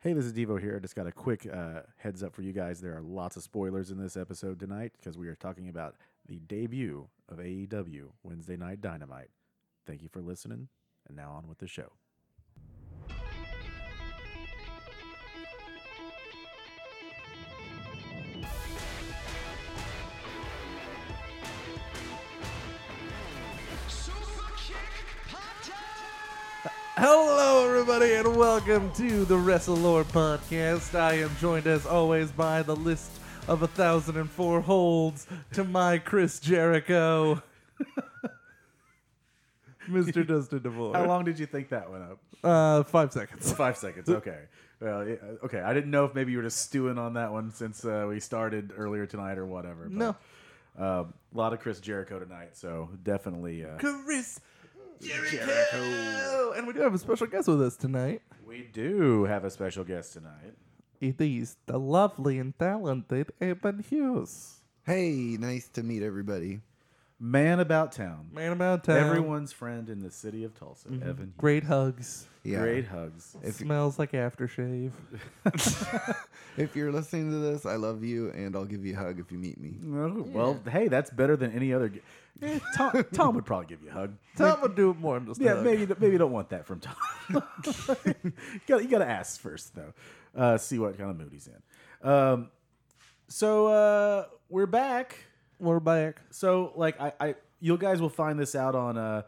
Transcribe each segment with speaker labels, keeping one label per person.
Speaker 1: Hey, this is Devo here. I just got a quick uh, heads up for you guys. There are lots of spoilers in this episode tonight because we are talking about the debut of AEW Wednesday Night Dynamite. Thank you for listening, and now on with the show.
Speaker 2: Super Kick Podcast!
Speaker 3: Hello, everybody, and welcome to the WrestleLore Podcast. I am joined, as always, by the list of 1,004 holds to my Chris Jericho, Mr. Dustin DeVore.
Speaker 1: How long did you think that went up?
Speaker 3: Uh, five seconds.
Speaker 1: Five seconds. Okay. Well, yeah, uh, okay. I didn't know if maybe you were just stewing on that one since uh, we started earlier tonight or whatever. but,
Speaker 3: No.
Speaker 1: um, a lot of Chris Jericho tonight, so definitely. Uh,
Speaker 3: Chris Jericho. And we do have a special guest with us tonight.
Speaker 1: we do have a special guest tonight.
Speaker 3: It is the lovely and talented Evan Hughes.
Speaker 4: Hey, nice to meet everybody.
Speaker 1: Man about town.
Speaker 3: Man about town.
Speaker 1: Everyone's friend in the city of Tulsa, Evan.
Speaker 3: Great hugs.
Speaker 4: Yeah.
Speaker 1: Great hugs.
Speaker 3: Smells like aftershave.
Speaker 4: If you're listening to this, I love you and I'll give you a hug if you meet me.
Speaker 1: Oh, Well, hey, that's better than any other. g- Eh, Tom, Tom would probably give you a hug.
Speaker 3: Tom would do it more. I'm just a
Speaker 1: Yeah,
Speaker 3: hug.
Speaker 1: maybe maybe you don't want that from Tom. you got you got to ask first though. Uh, see what kind of mood he's in. Um, so uh, we're back.
Speaker 3: We're back.
Speaker 1: So like I, I you guys will find this out on uh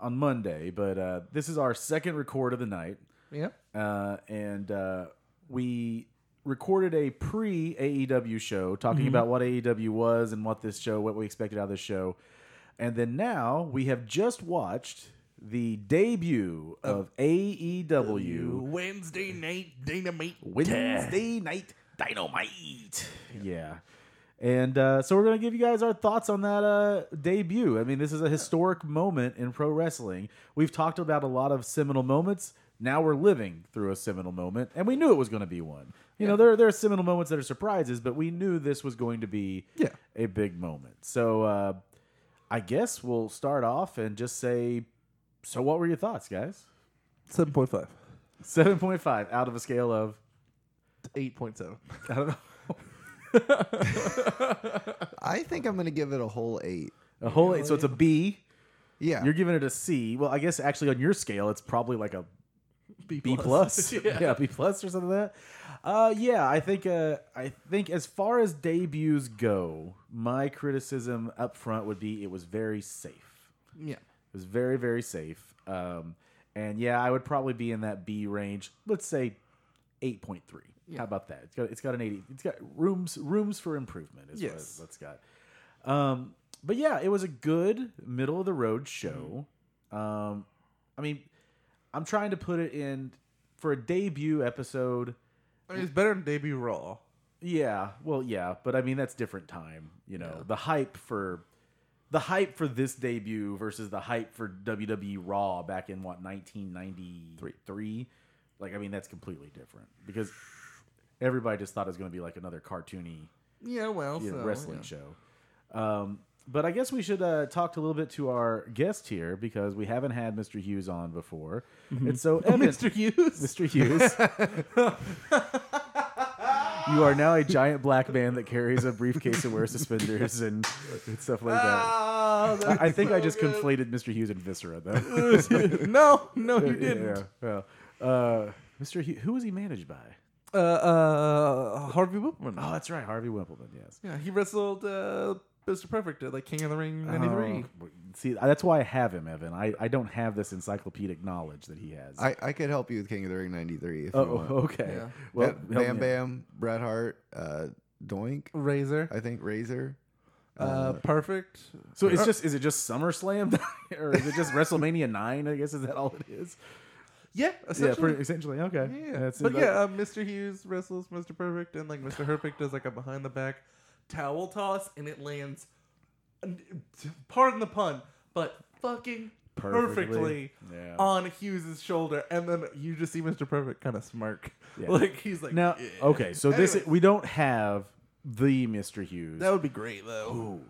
Speaker 1: on Monday, but uh, this is our second record of the night.
Speaker 3: Yep.
Speaker 1: uh, and uh, we recorded a pre AEW show talking about what AEW was and what this show, what we expected out of this show, and then now we have just watched the debut of E AEW
Speaker 3: Wednesday night dynamite.
Speaker 1: Wednesday Night Dynamite. Yeah. And uh, so we're going to give you guys our thoughts on that uh, debut. I mean, this is a historic moment in pro wrestling. We've talked about a lot of seminal moments. Now we're living through a seminal moment, and we knew it was going to be one. You know, there there are seminal moments that are surprises, but we knew this was going to be
Speaker 3: Yeah.
Speaker 1: a big moment. So uh, I guess we'll start off and just say, so what were your thoughts, guys?
Speaker 3: Seven point five.
Speaker 1: Seven point five out of a scale of
Speaker 3: Eight point seven.
Speaker 1: I don't know.
Speaker 4: I think I'm going to give it a whole eight.
Speaker 1: A whole so it's a B.
Speaker 4: Yeah.
Speaker 1: You're giving it a C. Well, I guess actually on your scale, it's probably like a B plus. yeah. B plus or something like that. Uh, yeah, I think uh, I think as far as debuts go, my criticism up front would be it was very safe.
Speaker 3: Yeah.
Speaker 1: It was very very safe. Um, and yeah, I would probably be in that B range. Let's say eight point three. How about that? It's got it's got an eighty. It's got rooms rooms for improvement. Is
Speaker 3: Yes.
Speaker 1: what it's got. Um, but yeah, it was a good middle of the road show. Um, I mean, I'm trying to put it in for a debut episode.
Speaker 3: I mean, it's better than debut Raw.
Speaker 1: Yeah, well, yeah, but I mean that's different time. You know, the hype for the hype for this debut versus the hype for WWE Raw back in what 1993. Like, I mean that's completely different because everybody just thought it was going to be like another cartoony
Speaker 3: Yeah. Well.
Speaker 1: you know,
Speaker 3: so,
Speaker 1: wrestling
Speaker 3: yeah.
Speaker 1: show. Um, but I guess we should uh, talk a little bit to our guest here because we haven't had Mr. Hughes on before,
Speaker 3: Mm-hmm.
Speaker 1: and so Evan,
Speaker 3: Mr. Hughes.
Speaker 1: Mr. Hughes. you are now a giant black man that carries a briefcase and wears suspenders and stuff like that.
Speaker 3: Ah, that-
Speaker 1: I think I just
Speaker 4: Oh,
Speaker 1: conflated Mr. Hughes and Viscera, though.
Speaker 3: no, no, you didn't.
Speaker 1: yeah, well, uh, Mr. Hughes, who was he managed by?
Speaker 3: Uh, uh, Harvey Whippleman.
Speaker 1: Oh, that's right, Harvey Wimpleman, yes.
Speaker 3: Yeah, he wrestled uh, Mr. Perfect at like King of the Ring '93.
Speaker 1: Oh, see, that's why I have him, Evan. I, I don't have this encyclopedic knowledge that he has.
Speaker 4: I, I could help you with King of the Ring 93 if
Speaker 1: oh,
Speaker 4: you want.
Speaker 1: okay.
Speaker 3: Yeah.
Speaker 1: Well,
Speaker 4: Ba-
Speaker 1: help me out.
Speaker 4: Bam Bam, Bret Hart, uh, Doink,
Speaker 3: Razor.
Speaker 4: I think Razor.
Speaker 3: Uh, Perfect.
Speaker 1: So it's just is it just SummerSlam or is it just WrestleMania nine? I guess is that all it is?
Speaker 3: Yeah.
Speaker 1: Yeah,
Speaker 3: Essentially.
Speaker 1: pretty, essentially. Okay.
Speaker 3: Yeah,
Speaker 1: That's-
Speaker 3: but
Speaker 1: that-
Speaker 3: yeah, uh, Mr. Hughes wrestles Mr. Perfect, and like Mr. Perfect does like a behind the back towel toss, and it lands. Pardon the pun, but fucking
Speaker 1: Perfectly.
Speaker 3: perfectly,
Speaker 1: Yeah.
Speaker 3: on Hughes's shoulder, and then you just see Mr. Perfect kind of smirk,
Speaker 1: Yeah.
Speaker 3: like he's like,
Speaker 1: Now, oh,
Speaker 3: "Yeah."
Speaker 1: okay, so this
Speaker 3: Anyway.
Speaker 1: we don't have the Mr. Hughes.
Speaker 3: that would be great though.
Speaker 1: Ooh,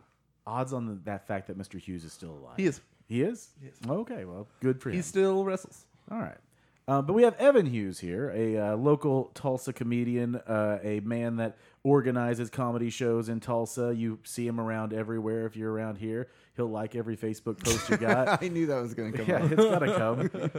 Speaker 1: odds on the, that fact that Mr. Hughes is still alive.
Speaker 3: He is,
Speaker 1: He is.
Speaker 3: Yes.
Speaker 1: Okay. Well, good for him.
Speaker 3: he still wrestles.
Speaker 1: All right. Um, but we have Evan Hughes here, a uh, local Tulsa comedian, uh, a man that organizes comedy shows in Tulsa. You see him around everywhere if you're around here. He'll like every Facebook post you got.
Speaker 4: I knew that was going to come
Speaker 1: yeah,
Speaker 4: up.
Speaker 1: it's gotta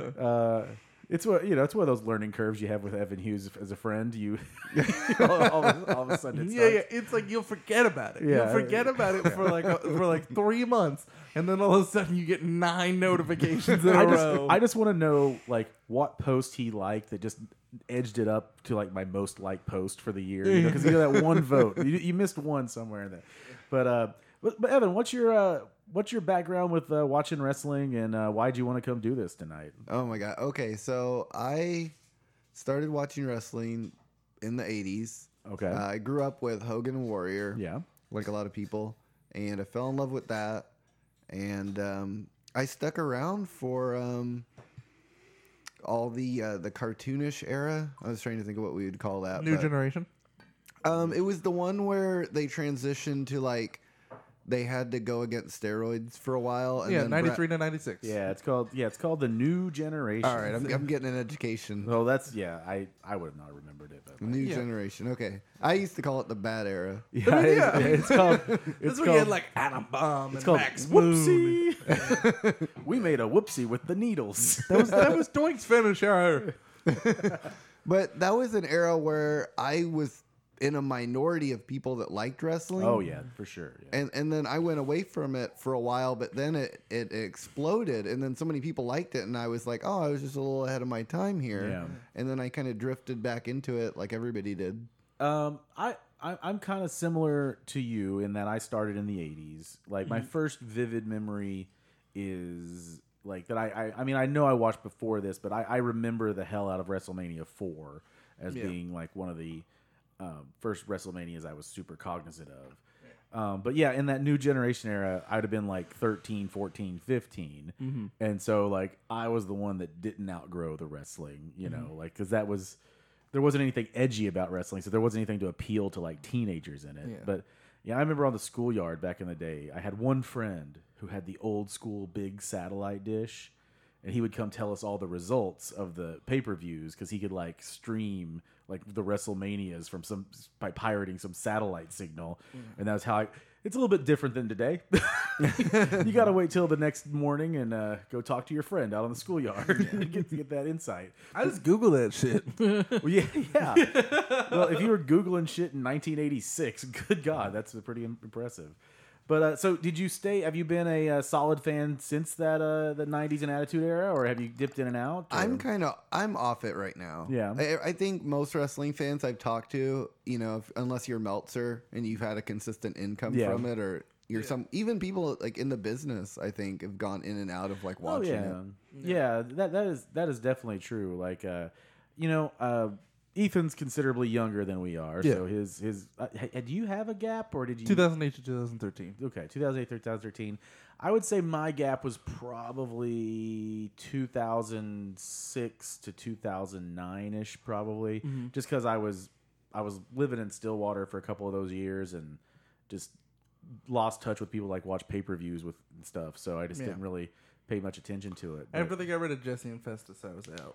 Speaker 1: come. Uh, it's what you know. It's one of those learning curves you have with Evan Hughes as a friend. You all, all of, all of a sudden, it
Speaker 3: Yeah, yeah,
Speaker 1: starts.
Speaker 3: it's like you'll forget about it.
Speaker 1: Yeah.
Speaker 3: You'll forget about it for like a, for like three months, and then all of a sudden you get nine notifications in a
Speaker 1: I just,
Speaker 3: row.
Speaker 1: I just want to know like what post he liked that just edged it up to like my most liked post for the year because you, know, that one vote you, you missed one somewhere in there. But uh, but, but Evan, what's your uh, what's your background with uh, watching wrestling and uh, why'd you want to come do this tonight?
Speaker 4: Oh my god. Okay, so I started watching wrestling in the 80s.
Speaker 1: Okay,
Speaker 4: Uh, I grew up with Hogan and Warrior.
Speaker 1: yeah,
Speaker 4: like a lot of people, and I fell in love with that. And um, I stuck around for um, all the uh, the cartoonish era. I was trying to think of what we would call that.
Speaker 3: New
Speaker 4: but-
Speaker 3: generation.
Speaker 4: um, it was the one where they transitioned to like they had to go against steroids for a while. And
Speaker 3: Yeah,
Speaker 4: then
Speaker 3: ninety
Speaker 4: Brett-
Speaker 3: three to ninety six.
Speaker 1: yeah. It's called yeah. It's called the new generation.
Speaker 4: all right, I'm, I'm getting an education.
Speaker 1: Well, that's yeah. I I would have not remembered it. But
Speaker 4: New generation. Okay, I used to call it the bad era.
Speaker 1: Yeah, it's-
Speaker 3: yeah.
Speaker 1: it's called.
Speaker 3: That's
Speaker 1: It's
Speaker 3: where you
Speaker 1: called,
Speaker 3: had like Adam Bomb
Speaker 1: it's
Speaker 3: and
Speaker 1: called
Speaker 3: Max Moon.
Speaker 1: whoopsie. we made a whoopsie with the needles.
Speaker 3: That was that was Doink's finisher.
Speaker 4: But that was an era where I was in a minority of people that liked wrestling.
Speaker 1: oh yeah, for sure. Yeah.
Speaker 4: and and then I went away from it for a while, but then it it exploded, and then so many people liked it, and I was like, oh, I was just a little ahead of my time here,
Speaker 1: Yeah.
Speaker 4: and then I kind of drifted back into it, like everybody did.
Speaker 1: Um, I, I I'm kind of similar to you in that I started in the '80s. Like my first vivid memory is like that. I, I I mean I know I watched before this, but I I remember the hell out of WrestleMania four as being like one of the um, first WrestleManias I was super cognizant of. Um, but yeah, in that new generation era, I'd have been like 13, 14, 15. And so, like, I was the one that didn't outgrow the wrestling, you know, like, because that was, there wasn't anything edgy about wrestling. So there wasn't anything to appeal to like teenagers in it. But yeah, I remember on the schoolyard back in the day, I had one friend who had the old school big satellite dish and he would come tell us all the results of the pay-per-views because he could like stream like the WrestleManias from some by pirating some satellite signal, and that was how I. It's a little bit different than today. you got to wait till the next morning and uh, go talk to your friend out on the schoolyard and get, get that insight.
Speaker 3: I just Google that shit.
Speaker 1: Well, yeah, yeah. well, if you were googling shit in 1986, good God, that's pretty im- impressive. But uh, so, did you stay? Have you been a uh, solid fan since that uh, the 90s and Attitude era, or have you dipped in and out? or-
Speaker 4: I'm kind of I'm off it right now.
Speaker 1: Yeah.
Speaker 4: I, I think most wrestling fans I've talked to, you know, if, unless you're Meltzer and you've had a consistent income
Speaker 1: Yeah.
Speaker 4: from it, or you're some even people like in the business, I think have gone in and out of like watching
Speaker 1: Oh, yeah. Yeah, that that is that is definitely true. Like, uh, you know, uh, Ethan's considerably younger than we are, so his his. Uh, h- do you have a gap, or did you?
Speaker 3: Two thousand eight to two thousand thirteen.
Speaker 1: okay, 2008, 2013. I would say my gap was probably 2006 to 2009 ish, probably, just because I was I was living in Stillwater for a couple of those years and just lost touch with people like watch pay per views with and stuff. So I just didn't really pay much attention to it. but-
Speaker 3: After they got rid of Jesse and Festus, I was out.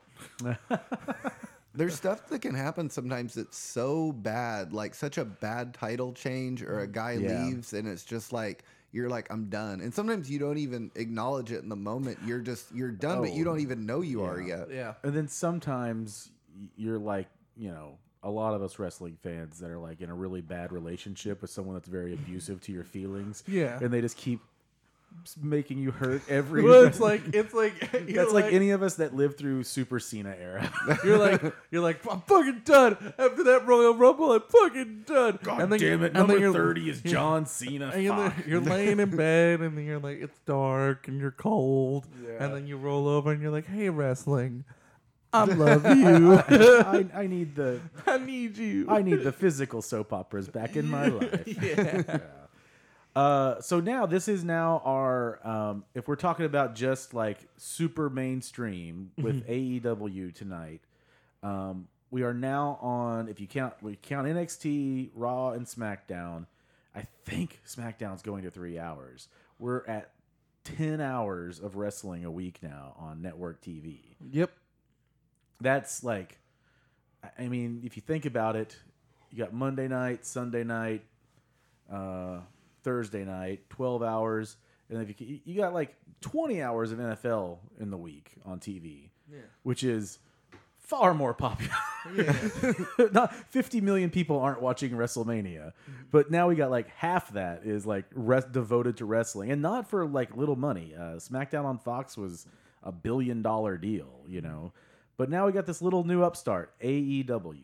Speaker 4: There's stuff that can happen sometimes that's so bad, like such a bad title change or a guy
Speaker 1: Yeah.
Speaker 4: leaves and it's just like you're like I'm done. And sometimes you don't even acknowledge it in the moment. You're just you're done, but you
Speaker 1: Oh.
Speaker 4: don't even know you are yet.
Speaker 3: Yeah.
Speaker 1: And then sometimes y- you're like, you know, a lot of us wrestling fans that are like in a really bad relationship with someone that's very abusive to your feelings.
Speaker 3: Yeah.
Speaker 1: And they just keep s- making you hurt every.
Speaker 3: Well, it's like it's like you're
Speaker 1: that's like, any of us that lived through Super Cena era.
Speaker 3: You're like you're like I'm fucking done after that Royal Rumble. I'm fucking done.
Speaker 1: God damn it!
Speaker 3: and then
Speaker 1: Number
Speaker 3: you're-
Speaker 1: thirty is John Cena.
Speaker 3: And you're,
Speaker 1: fuck.
Speaker 3: you're laying in bed and then you're like it's dark and you're cold and then you roll over and you're like hey wrestling, I love you.
Speaker 1: I, I need the
Speaker 3: I need you.
Speaker 1: I need the physical soap operas back in my life.
Speaker 3: yeah.
Speaker 1: Uh, so now this is now our um, if we're talking about just like super mainstream with AEW tonight, um, we are now on if you count we count NXT, Raw, and SmackDown. I think SmackDown's going to three hours. We're at ten hours of wrestling a week now on network TV.
Speaker 3: Yep.
Speaker 1: that's like, I- I mean, if you think about it, you got Monday night, Sunday night, uh, Thursday night, twelve hours, and if you you got like twenty hours of NFL in the week on TV, yeah. which is far more popular. Not 50 million people aren't watching WrestleMania, but now we got like half that is like res- devoted to wrestling, and not for like little money. Uh, SmackDown on Fox was a billion dollar deal, you know, but now we got this little new upstart, AEW.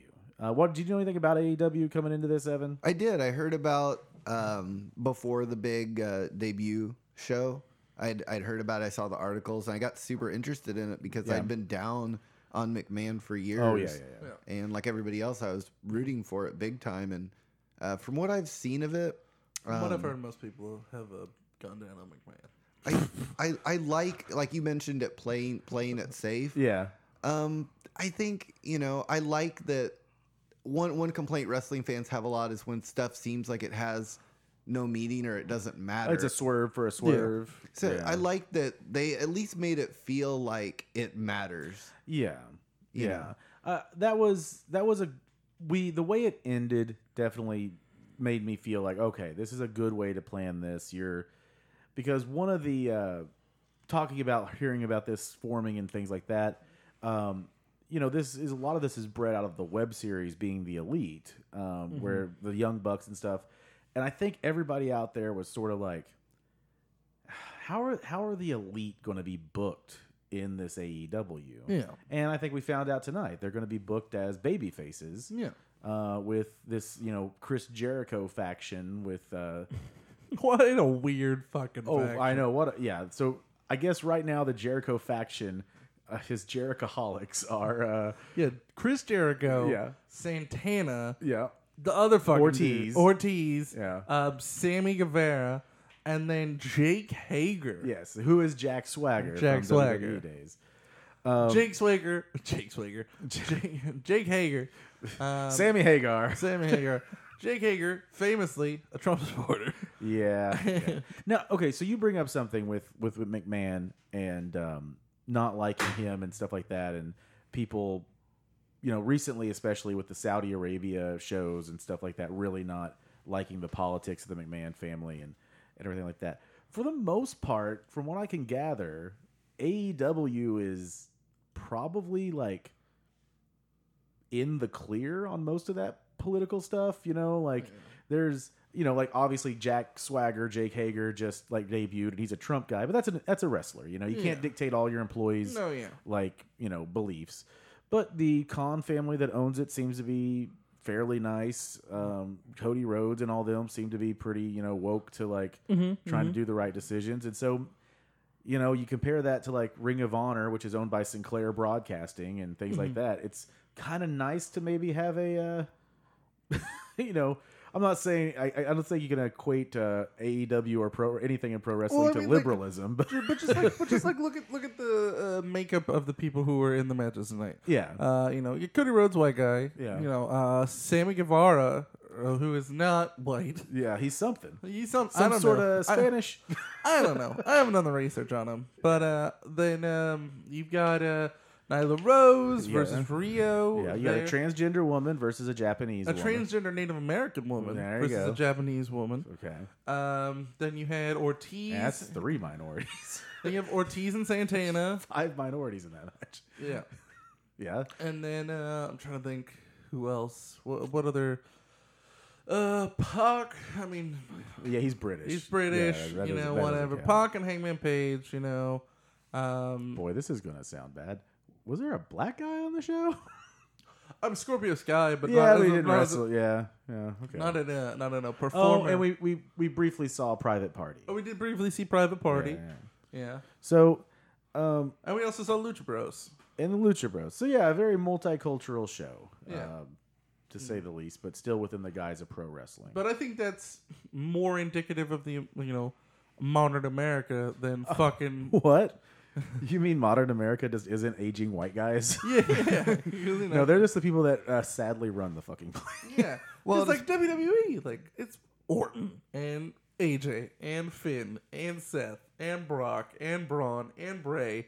Speaker 1: Uh, what did you know anything about AEW coming into this, Evan?
Speaker 4: I did. I heard about um, before the big uh, debut show. I'd, I'd heard about. It. I saw the articles, and I got super interested in it because
Speaker 1: Yeah.
Speaker 4: I'd been down on McMahon for years.
Speaker 1: Oh, yeah, yeah, yeah.
Speaker 4: And like everybody else, I was rooting for it big time. And uh, from what I've seen of it,
Speaker 3: From what I've
Speaker 4: um,
Speaker 3: heard, most people have uh, gone down on McMahon.
Speaker 4: I, I I like like you mentioned it playing playing it safe.
Speaker 1: Yeah,
Speaker 4: Um, I think you know I like that. One one complaint wrestling fans have a lot is when stuff seems like it has no meaning or it doesn't matter.
Speaker 1: it's a swerve for a swerve.
Speaker 4: so
Speaker 1: yeah.
Speaker 4: I like that they at least made it feel like it matters.
Speaker 1: Yeah,
Speaker 4: You
Speaker 1: yeah. Uh, that was that was a we the way it ended definitely made me feel like okay, this is a good way to plan this. You're because one of the uh, talking about hearing about this forming and things like that. Um, you know, this is a lot of this is bred out of the web series being the elite, um, where the young bucks and stuff. And I think everybody out there was sort of like, how are how are the elite going to be booked in this E AEW?
Speaker 3: Yeah.
Speaker 1: and I think we found out tonight they're going to be booked as baby faces.
Speaker 3: Yeah.
Speaker 1: uh, with this you know Chris Jericho faction with. Uh,
Speaker 3: What in a weird fucking.
Speaker 1: Oh,
Speaker 3: fact.
Speaker 1: I know what. a- yeah, so I guess right now the Jericho faction, uh, his Jerichoholics are. Uh,
Speaker 3: Yeah, Chris Jericho.
Speaker 1: Yeah.
Speaker 3: Santana.
Speaker 1: yeah,
Speaker 3: The other fucking
Speaker 1: Ortiz.
Speaker 3: dude, Ortiz.
Speaker 1: Yeah.
Speaker 3: Um, Sammy Guevara, and then Jake Hager.
Speaker 1: yes. Who is Jack Swagger?
Speaker 3: Jack
Speaker 1: from
Speaker 3: Swagger.
Speaker 1: WWE days.
Speaker 3: Um, Jake Swagger. Jake Swagger. Jake, Jake Hager. Um,
Speaker 1: Sammy Hagar.
Speaker 3: Sammy Hager. Jake Hager, famously a Trump supporter.
Speaker 1: Yeah. yeah. now, okay, so you bring up something with with, with McMahon and um, not liking him and stuff like that, and people, you know, recently, especially with the Saudi Arabia shows and stuff like that, really not liking the politics of the McMahon family and and everything like that. For the most part, from what I can gather, AEW is probably like in the clear on most of that political stuff. You know, like there's you know like obviously Jack Swagger, Jake Hager just like debuted and he's a Trump guy, but that's a that's a wrestler. You know, you can't
Speaker 3: Yeah.
Speaker 1: dictate all your employees
Speaker 3: No, yeah.
Speaker 1: like you know beliefs. But the Khan family that owns it seems to be fairly nice. Um, Cody Rhodes and all them seem to be pretty you know woke to like
Speaker 3: Mm-hmm,
Speaker 1: trying to do the right decisions, and so you know, you compare that to like Ring of Honor, which is owned by Sinclair Broadcasting and things
Speaker 3: Mm-hmm.
Speaker 1: like that. It's kind of nice to maybe have a, uh, you know, I'm not saying I, I don't think you can equate uh, AEW or pro anything in pro wrestling
Speaker 3: Well, I
Speaker 1: to
Speaker 3: mean, like-
Speaker 1: liberalism, but
Speaker 3: But just like, but just like, look at look at the uh, makeup of the people who were in the matches tonight.
Speaker 1: yeah,
Speaker 3: Uh, you know, you- Cody Rhodes, white guy.
Speaker 1: Yeah.
Speaker 3: You know, uh, Sammy Guevara, uh, who is not white.
Speaker 1: yeah, he's something,
Speaker 3: He's some, I
Speaker 1: some
Speaker 3: don't
Speaker 1: sort
Speaker 3: know.
Speaker 1: of
Speaker 3: I-
Speaker 1: Spanish.
Speaker 3: I don't know. I haven't done the research on him. But uh, then um, you've got uh, Nyla Rose
Speaker 1: Yeah.
Speaker 3: versus Rio.
Speaker 1: yeah, you got a
Speaker 3: there.
Speaker 1: transgender woman versus a Japanese
Speaker 3: a
Speaker 1: woman.
Speaker 3: transgender Native American woman
Speaker 1: There you
Speaker 3: versus
Speaker 1: go.
Speaker 3: a Japanese woman.
Speaker 1: okay,
Speaker 3: Um, then you had Ortiz.
Speaker 1: And that's three minorities,
Speaker 3: Then you have Ortiz and Santana.
Speaker 1: five minorities in that match.
Speaker 3: Yeah.
Speaker 1: Yeah,
Speaker 3: And then uh, I'm trying to think who else. What, what other? Uh, Pac. I mean,
Speaker 1: yeah, he's British.
Speaker 3: he's
Speaker 1: Yeah,
Speaker 3: British.
Speaker 1: that
Speaker 3: you
Speaker 1: doesn't-
Speaker 3: know,
Speaker 1: that doesn't
Speaker 3: whatever.
Speaker 1: count.
Speaker 3: Pac and Hangman Page. You know. Um,
Speaker 1: Boy, this is gonna sound bad. Was there a black guy on the show?
Speaker 3: I'm Scorpio Sky, but
Speaker 1: yeah,
Speaker 3: not,
Speaker 1: we
Speaker 3: as a-
Speaker 1: did
Speaker 3: not as a-
Speaker 1: wrestle. yeah, yeah. Okay.
Speaker 3: Not in a not in a
Speaker 1: oh,
Speaker 3: performer.
Speaker 1: and we, we we briefly saw a private party.
Speaker 3: Oh, we did briefly see Private Party.
Speaker 1: Yeah, yeah.
Speaker 3: Yeah.
Speaker 1: So, um,
Speaker 3: And we also saw Lucha Bros.
Speaker 1: and the Lucha Bros. So yeah, a very multicultural show.
Speaker 3: Yeah.
Speaker 1: um, to say the least, but still within the guise of pro wrestling.
Speaker 3: But I think that's more indicative of the you know modern America than fucking
Speaker 1: what? you mean modern America just isn't aging white guys?
Speaker 3: yeah. yeah. You know,
Speaker 1: no, they're just the people that uh, sadly run the fucking place.
Speaker 3: yeah.
Speaker 4: Well,
Speaker 3: Well, it's like WWE. Like it's Orton and AJ and Finn and Seth and Brock and Braun and Bray.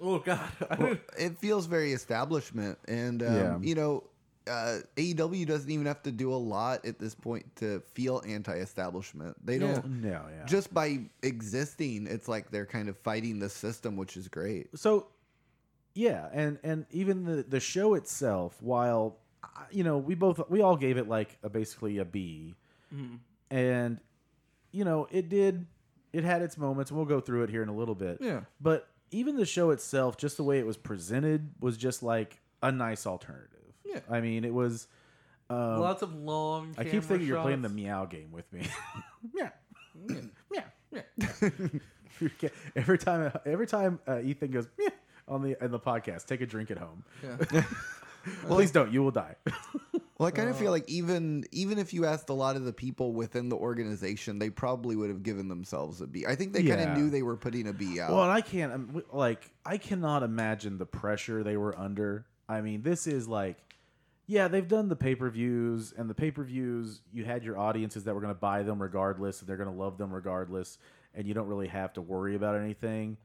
Speaker 3: Oh God, I didn't-
Speaker 4: it feels very establishment and um,
Speaker 1: Yeah.
Speaker 4: you know uh, AEW doesn't even have to do a lot at this point to feel anti-establishment. They don't
Speaker 1: No, yeah.
Speaker 4: just by existing. It's like they're kind of fighting the system, which is great.
Speaker 1: so yeah and and even the the show itself while I- you know we both we all gave it like a basically a B.
Speaker 3: Mm-hmm.
Speaker 1: and you know it did it had its moments and we'll go through it here in a little bit
Speaker 3: Yeah.
Speaker 1: but even the show itself just the way it was presented was just like a nice alternative
Speaker 3: Yeah.
Speaker 1: i mean it was
Speaker 3: lots of long.
Speaker 1: um, i keep
Speaker 3: camera
Speaker 1: thinking you're playing the
Speaker 3: shots.
Speaker 1: meow game with me yeah yeah yeah every time every time uh, ethan goes "Meow" on the on the podcast take a drink at home
Speaker 3: Yeah.
Speaker 1: Please don't. You will die.
Speaker 4: Well, I kind of feel
Speaker 1: Uh.
Speaker 4: like even even if you asked a lot of the people within the organization, they probably would have given themselves a B. I think they kind
Speaker 1: Yeah.
Speaker 4: of knew they were putting a B out.
Speaker 1: well, and I can't. um, w- Like, I cannot imagine the pressure they were under. I mean, this is like, yeah, they've done the pay per views, and the pay per views, you had your audiences that were going to buy them regardless, and they're going to love them regardless, and you don't really have to worry about anything.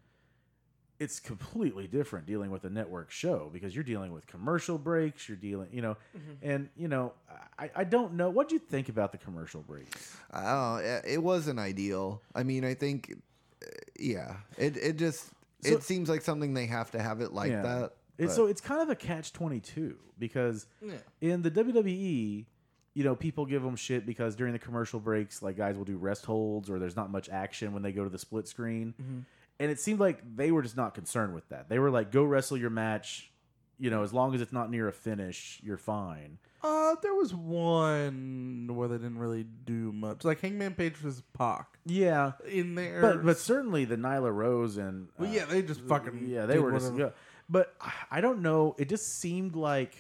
Speaker 1: It's completely different dealing with a network show because you're dealing with commercial breaks. You're dealing, you know, and you know, I, I don't know. What do you think about the commercial breaks?
Speaker 4: Oh, it- it wasn't ideal. I mean, I think, uh, yeah, it it just
Speaker 1: So-
Speaker 4: it seems like something they have to have it like
Speaker 1: Yeah.
Speaker 4: that.
Speaker 1: It's
Speaker 4: but-
Speaker 1: so it's kind of a catch twenty two because
Speaker 3: Yeah.
Speaker 1: in the WWE, you know, people give them shit because during the commercial breaks, like guys will do rest holds or there's not much action when they go to the split screen,
Speaker 3: Mm-hmm.
Speaker 1: and it seemed like they were just not concerned with that. They were like, "Go wrestle your match." You know, as long as it's not near a finish, you're fine.
Speaker 3: Uh, there was one where they didn't really do much. Like Hangman Page was Pac
Speaker 1: Yeah,
Speaker 3: in there,
Speaker 1: but but certainly the Nyla Rose and
Speaker 3: Well,
Speaker 1: uh,
Speaker 3: yeah, they just fucking
Speaker 1: yeah they
Speaker 3: did
Speaker 1: were just
Speaker 3: whatever.
Speaker 1: yeah. but I- I don't know. It just seemed like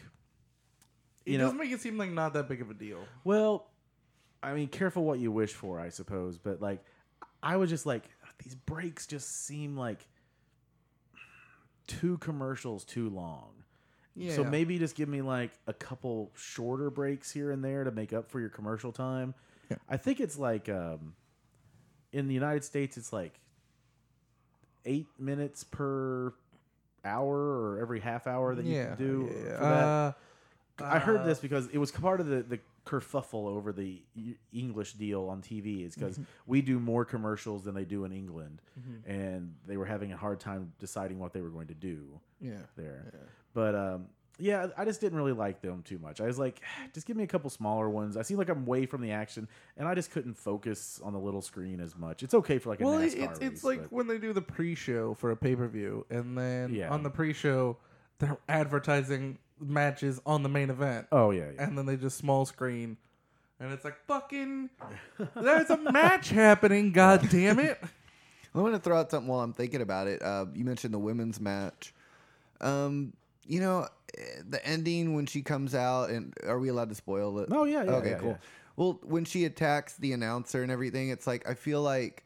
Speaker 3: It
Speaker 1: you know-
Speaker 3: does make it seem like not that big of a deal.
Speaker 1: Well, I mean, careful what you wish for, I suppose. But like, I was just like, these breaks just seem like two commercials too long.
Speaker 3: Yeah.
Speaker 1: So maybe just give me like a couple shorter breaks here and there to make up for your commercial time. I think it's like um, in the United States, it's like eight minutes per hour or every half hour that you
Speaker 3: yeah,
Speaker 1: can do.
Speaker 3: yeah,
Speaker 1: for that.
Speaker 3: Uh,
Speaker 1: I heard
Speaker 3: Uh,
Speaker 1: this because it was part of the, the kerfuffle over the E- English deal on TV is
Speaker 3: Mm-hmm.
Speaker 1: because we do more commercials than they do in England, and they were having a hard time deciding what they were going to do
Speaker 3: yeah.
Speaker 1: there. But um, yeah, I just didn't really like them too much. I was like, "Ah, just give me a couple smaller ones. I seem like I'm way from the action, and I just couldn't focus on the little screen as much. It's okay for like a
Speaker 3: Well, it-
Speaker 1: NASCAR
Speaker 3: it's
Speaker 1: race,
Speaker 3: it's like
Speaker 1: but-
Speaker 3: when they do the pre-show for a pay-per-view, and then
Speaker 1: Yeah.
Speaker 3: on the pre-show, they're advertising matches on the main event,
Speaker 1: oh yeah, yeah.
Speaker 3: and then they just small screen, and it's like fucking, there's a match happening. God damn it!
Speaker 4: I'm going to throw out something while I'm thinking about it. Uh, you mentioned the women's match. Um, you know, eh, the ending when she comes out, and are we allowed to spoil it?
Speaker 1: No, Oh, yeah, yeah,
Speaker 4: Okay,
Speaker 1: yeah,
Speaker 4: cool.
Speaker 1: yeah.
Speaker 4: Well, when she attacks the announcer and everything, it's like, I feel like,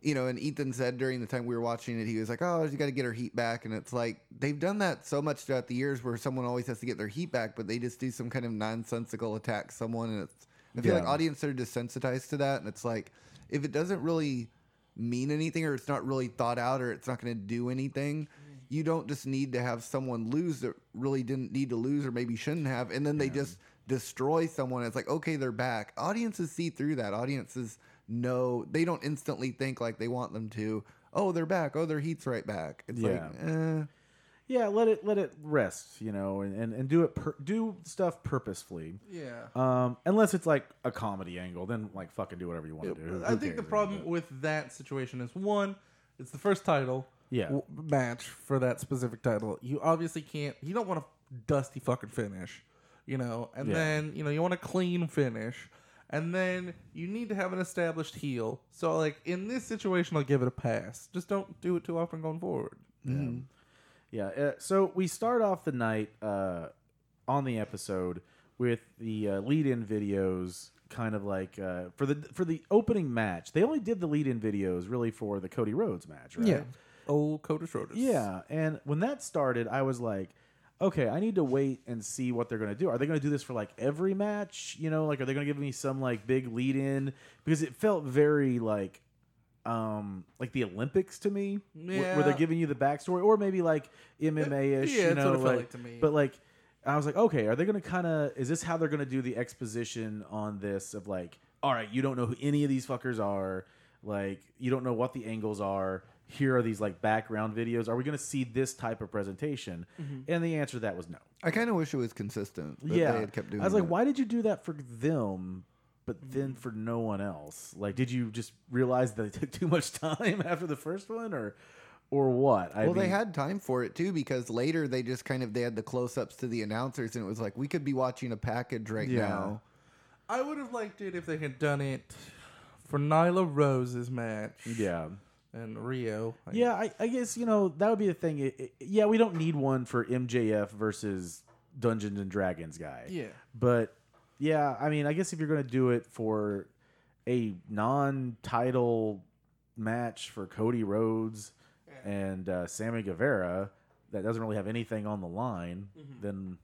Speaker 4: you know, and Ethan said during the time we were watching it, he was like, oh, you got to get her heat back. And it's like, they've done that so much throughout the years where someone always has to get their heat back, but they just do some kind of nonsensical attack someone. And it's, I feel like
Speaker 1: Yeah.
Speaker 4: audience are desensitized to that. And it's like, if it doesn't really mean anything or it's not really thought out or it's not going to do anything,
Speaker 1: Mm.
Speaker 4: you don't just need to have someone lose that really didn't need to lose or maybe shouldn't have. And then they just destroy someone. It's like, okay, they're back. Audiences see through that. Audiences know they don't instantly think like they want them to. Oh, they're back. Oh, their heat's right back. It's like, eh.
Speaker 1: yeah. Let it let it rest, you know, and and, and do it per, do stuff purposefully.
Speaker 3: Yeah.
Speaker 1: Um, unless it's like a comedy angle, then like fucking do whatever you want to do. Who
Speaker 3: I think the
Speaker 1: cares?
Speaker 3: problem with that situation is one, it's the first title
Speaker 1: Yeah.
Speaker 3: w- match for that specific title. You obviously can't. You don't want a dusty fucking finish, you know. And
Speaker 1: Yeah.
Speaker 3: then you know you want a clean finish, and then you need to have an established heel. So like in this situation, I'll give it a pass. Just don't do it too often going forward.
Speaker 1: Mm-hmm. Yeah. Uh, so we start off the night uh, on the episode with the uh, lead-in videos, kind of like uh, for the for the opening match. They only did the lead-in videos really for the Cody Rhodes match, right?
Speaker 3: Old Cody Schroeder.
Speaker 1: Yeah, and when that started, I was like, okay, I need to wait and see what they're going to do. Are they going to do this for like every match? You know, like are they going to give me some like big lead in because it felt very like um like the Olympics to me, wh- where they're
Speaker 3: Yeah.
Speaker 1: giving you the backstory, or maybe like MMA ish. you
Speaker 3: Yeah, that's
Speaker 1: know,
Speaker 3: what it felt
Speaker 1: like,
Speaker 3: like to me.
Speaker 1: But like, I was like, okay, are they gonna kind of? Is this how they're gonna do the exposition on this? Of like, all right, you don't know who any of these fuckers are. Like, you don't know what the angles are. Here are these like background videos. Are we gonna see this type of presentation?
Speaker 3: Mm-hmm.
Speaker 1: And the answer to that was no.
Speaker 4: I kind of wish it was consistent. That
Speaker 1: yeah,
Speaker 4: they had kept doing.
Speaker 1: I was like,
Speaker 4: that.
Speaker 1: why did you do that for them? But
Speaker 3: Mm.
Speaker 1: then for no one else, like, did you just realize that it took too much time after the first one, or, or what? I
Speaker 4: Well, they
Speaker 1: mean-
Speaker 4: had time for it too because later they just kind of they had the close-ups to the announcers and it was like we could be watching a package right
Speaker 1: Yeah.
Speaker 4: now.
Speaker 3: I would have liked it if they had done it for Nyla Rose's match
Speaker 1: yeah,
Speaker 3: and Rio. I
Speaker 1: yeah. I, I guess you know that would be the thing. It- it- yeah, we don't need one for MJF versus Dungeons and Dragons guy.
Speaker 3: Yeah.
Speaker 1: but yeah, I mean, I guess if you're gonna do it for a non-title match for Cody Rhodes and uh, Sammy Guevara that doesn't really have anything on the line,
Speaker 3: Mm-hmm.
Speaker 1: then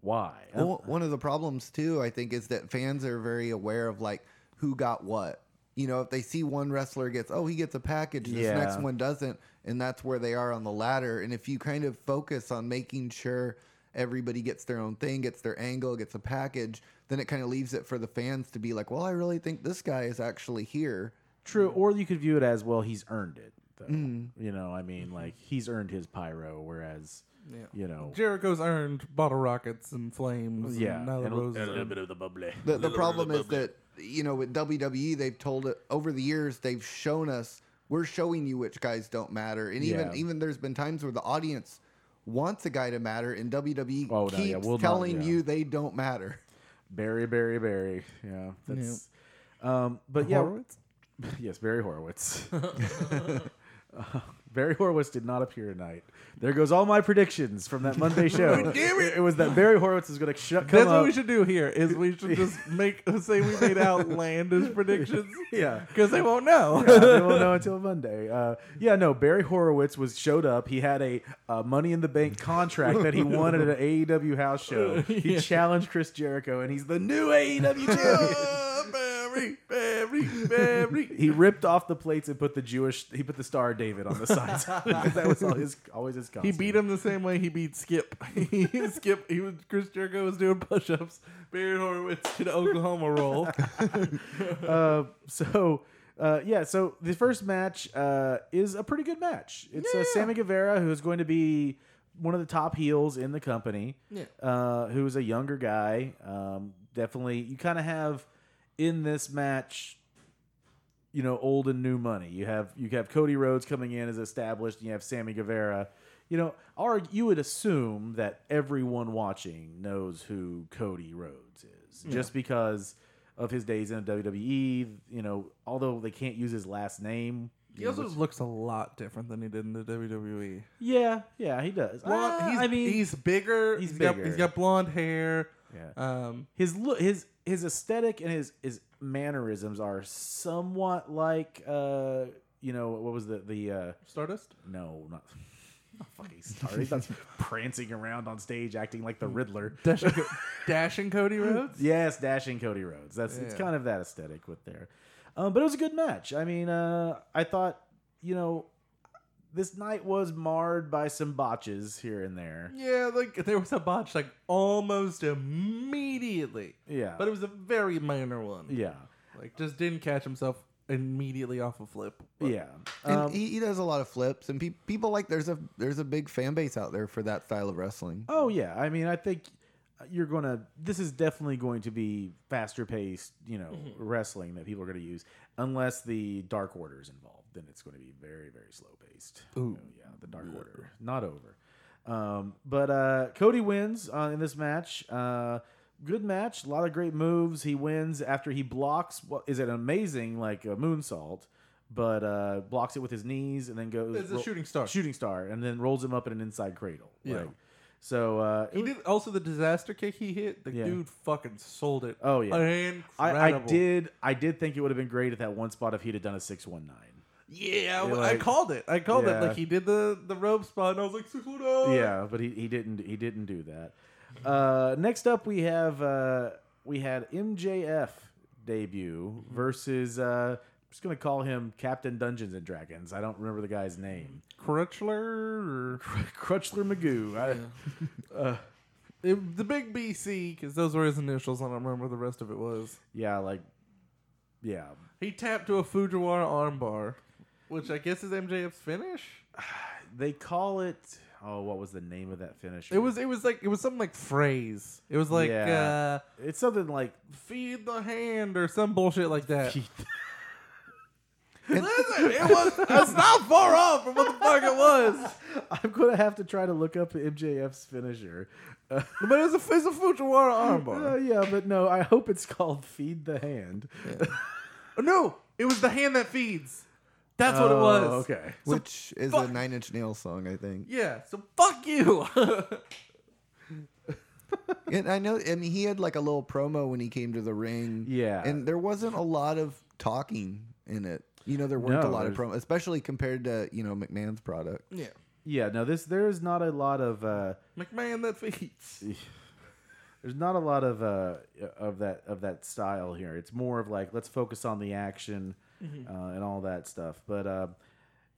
Speaker 1: why? Uh,
Speaker 4: Well, one of the problems too, I think, is that fans are very aware of like who got what. You know, if they see one wrestler gets, oh, he gets a package, this
Speaker 1: Yeah.
Speaker 4: next one doesn't, and that's where they are on the ladder. And if you kind of focus on making sure everybody gets their own thing, gets their angle, gets a package, then it kind of leaves it for the fans to be like, well, I really think this guy is actually here.
Speaker 1: True, or you could view it as well. He's earned it, though.
Speaker 3: Mm-hmm.
Speaker 1: You know, I mean, like he's earned his pyro, whereas
Speaker 3: Yeah.
Speaker 1: you know,
Speaker 3: Jericho's earned bottle rockets and flames.
Speaker 1: yeah,
Speaker 3: and Nyla
Speaker 1: and a-
Speaker 3: Rose.
Speaker 1: and a little bit of the bubbly.
Speaker 4: The, the problem is that you know with WWE they've told it over the years they've shown us we're showing you which guys don't matter and even
Speaker 1: Yeah.
Speaker 4: even there's been times where the audience wants a guy to matter and WWE
Speaker 1: Oh, no,
Speaker 4: keeps
Speaker 1: yeah, we'll not-
Speaker 4: telling
Speaker 1: yeah.
Speaker 4: you they don't matter.
Speaker 1: Barry, Barry, Barry. Yeah, that's. Um, but yeah,
Speaker 3: Horowitz?
Speaker 1: yes, Barry Horowitz. Uh, Barry Horowitz did not appear tonight. There goes all my predictions from that Monday show. it. was that Barry Horowitz was going to shut.
Speaker 3: That's
Speaker 1: up.
Speaker 3: what we should do here. Is we should just make say we made outlandish predictions.
Speaker 1: Yeah.
Speaker 3: because they won't know.
Speaker 1: Yeah, they Uh, won't know until Monday. Uh, yeah, no. Barry Horowitz was showed up. He had a uh, Money in the Bank contract that he won at an AEW house show. He challenged Chris Jericho, and he's the new E AEW champion.
Speaker 3: Barry, Barry, Barry.
Speaker 1: He ripped off the plates and put the Jewish. He put the star David on the sides. that was all his, always his. Costume.
Speaker 3: He beat him the same way he beat Skip. He- Skip, he was Chris Jericho was doing push-ups. Barry Horowitz did an Oklahoma roll.
Speaker 1: Uh, so uh, yeah, so the first match uh, is a pretty good match. It's uh, Sammy Guevara, who's going to be one of the top heels in the company.
Speaker 3: Yeah.
Speaker 1: uh, who's a younger guy. Um, definitely, you kind of have in this match. You know, old and new money. You have you have Cody Rhodes coming in as established, and you have Sammy Guevara. You know, or you would assume that everyone watching knows who Cody Rhodes is, just because of his days in WWE. You know, although they can't use his last name.
Speaker 3: He also looks a lot different than he did in the WWE.
Speaker 1: Yeah, yeah, he does.
Speaker 3: Blonde,
Speaker 1: Ah,
Speaker 3: he's,
Speaker 1: I mean,
Speaker 3: he's bigger.
Speaker 1: he's
Speaker 3: got-
Speaker 1: bigger.
Speaker 3: he's got blonde hair.
Speaker 1: Yeah.
Speaker 3: Um,
Speaker 1: his look his his aesthetic and his his mannerisms are somewhat like uh you know what was the the uh
Speaker 3: Stardust.
Speaker 1: no not not fucking star he's not prancing around on stage acting like the riddler
Speaker 3: Dashing, Dashing Cody Rhodes.
Speaker 1: yes dashing cody rhodes that's it's
Speaker 3: Yeah.
Speaker 1: kind of that aesthetic with there um but it was a good match i mean uh i thought you know this night was marred by some botches here and there
Speaker 3: Yeah, like there was a botch like almost immediately.
Speaker 1: yeah
Speaker 3: But it was a very minor one.
Speaker 1: yeah
Speaker 3: Like just didn't catch himself immediately off a flip. But-
Speaker 1: yeah
Speaker 4: And
Speaker 1: Um,
Speaker 4: he, he does a lot of flips and pe- people like there's a there's a big fan base out there for that style of wrestling.
Speaker 1: Oh yeah, I mean, I think you're gonna. This is definitely going to be faster paced, you know,
Speaker 3: Mm-hmm.
Speaker 1: wrestling that people are gonna use, unless the Dark Order is involved. Then it's going to be very, very slow paced. Ooh, yeah, the Dark Order, not over. Um, but uh, Cody wins uh, in this match. Uh, good match, a lot of great moves. He wins after he blocks what is an amazing like a moonsault, but uh, blocks it with his knees and then goes
Speaker 3: It's a shooting star.
Speaker 1: shooting star, and then rolls him up in an inside cradle.
Speaker 3: Yeah.
Speaker 1: Like, so uh,
Speaker 3: He did also the disaster kick he hit. The
Speaker 1: Yeah.
Speaker 3: dude fucking sold it.
Speaker 1: Oh, yeah.
Speaker 3: incredible.
Speaker 1: I, I did. I did think it would have been great at that one spot if he'd have done a six one nine.
Speaker 3: Yeah, I-
Speaker 1: Yeah,
Speaker 3: I
Speaker 1: like-
Speaker 3: called it. I called
Speaker 1: Yeah.
Speaker 3: it. Like he did the the rope spot, and I was like, six one oh.
Speaker 1: Yeah, but he, he didn't. He didn't do that. Uh, next up, we have uh, we had MJF debut versus uh, just gonna call him Captain Dungeons and Dragons. I don't remember the guy's name.
Speaker 3: Crutchler or
Speaker 1: Crutchler Magoo. I,
Speaker 3: It- the big BC because those were his initials. I don't remember what the rest of it was.
Speaker 1: yeah, like yeah.
Speaker 3: He tapped to a Fujiwara armbar, which I guess is MJF's finish.
Speaker 1: They call it oh, what was the name of that finisher?
Speaker 3: It was it was like it was some like phrase. It was like
Speaker 1: Yeah.
Speaker 3: uh,
Speaker 1: it's something like
Speaker 3: feed the hand or some bullshit like that.
Speaker 4: And-
Speaker 3: Listen, it was it's not far off from what the fuck it was.
Speaker 1: I'm gonna have to try to look up MJF's finisher. Uh,
Speaker 3: But it's a it's a Fujiwara
Speaker 1: uh,
Speaker 3: armbar.
Speaker 1: yeah, but no, I hope it's called Feed the Hand.
Speaker 3: No, it was the hand that feeds. That's what it
Speaker 1: Oh,
Speaker 3: was.
Speaker 1: Okay.
Speaker 4: which is
Speaker 3: fuck-
Speaker 4: a Nine Inch Nails song, I think.
Speaker 3: Yeah. So fuck you.
Speaker 4: And I know, I mean, he had like a little promo when he came to the ring.
Speaker 1: Yeah.
Speaker 4: And there wasn't a lot of talking in it. You know, there weren't
Speaker 1: No,
Speaker 4: a lot of
Speaker 1: there's-
Speaker 4: promo, especially compared to, you know, McMahon's product.
Speaker 3: yeah.
Speaker 1: Yeah, no, this there is not a lot of uh
Speaker 3: McMahon that feeds.
Speaker 1: there's not a lot of uh of that of that style here. It's more of like let's focus on the action
Speaker 3: Mm-hmm.
Speaker 1: uh, and all that stuff. But uh,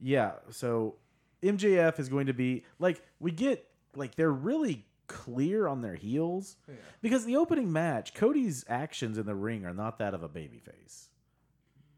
Speaker 1: yeah, so MJF is going to be like we get like they're really clear on their heels because the opening match, Cody's actions in the ring are not that of a babyface.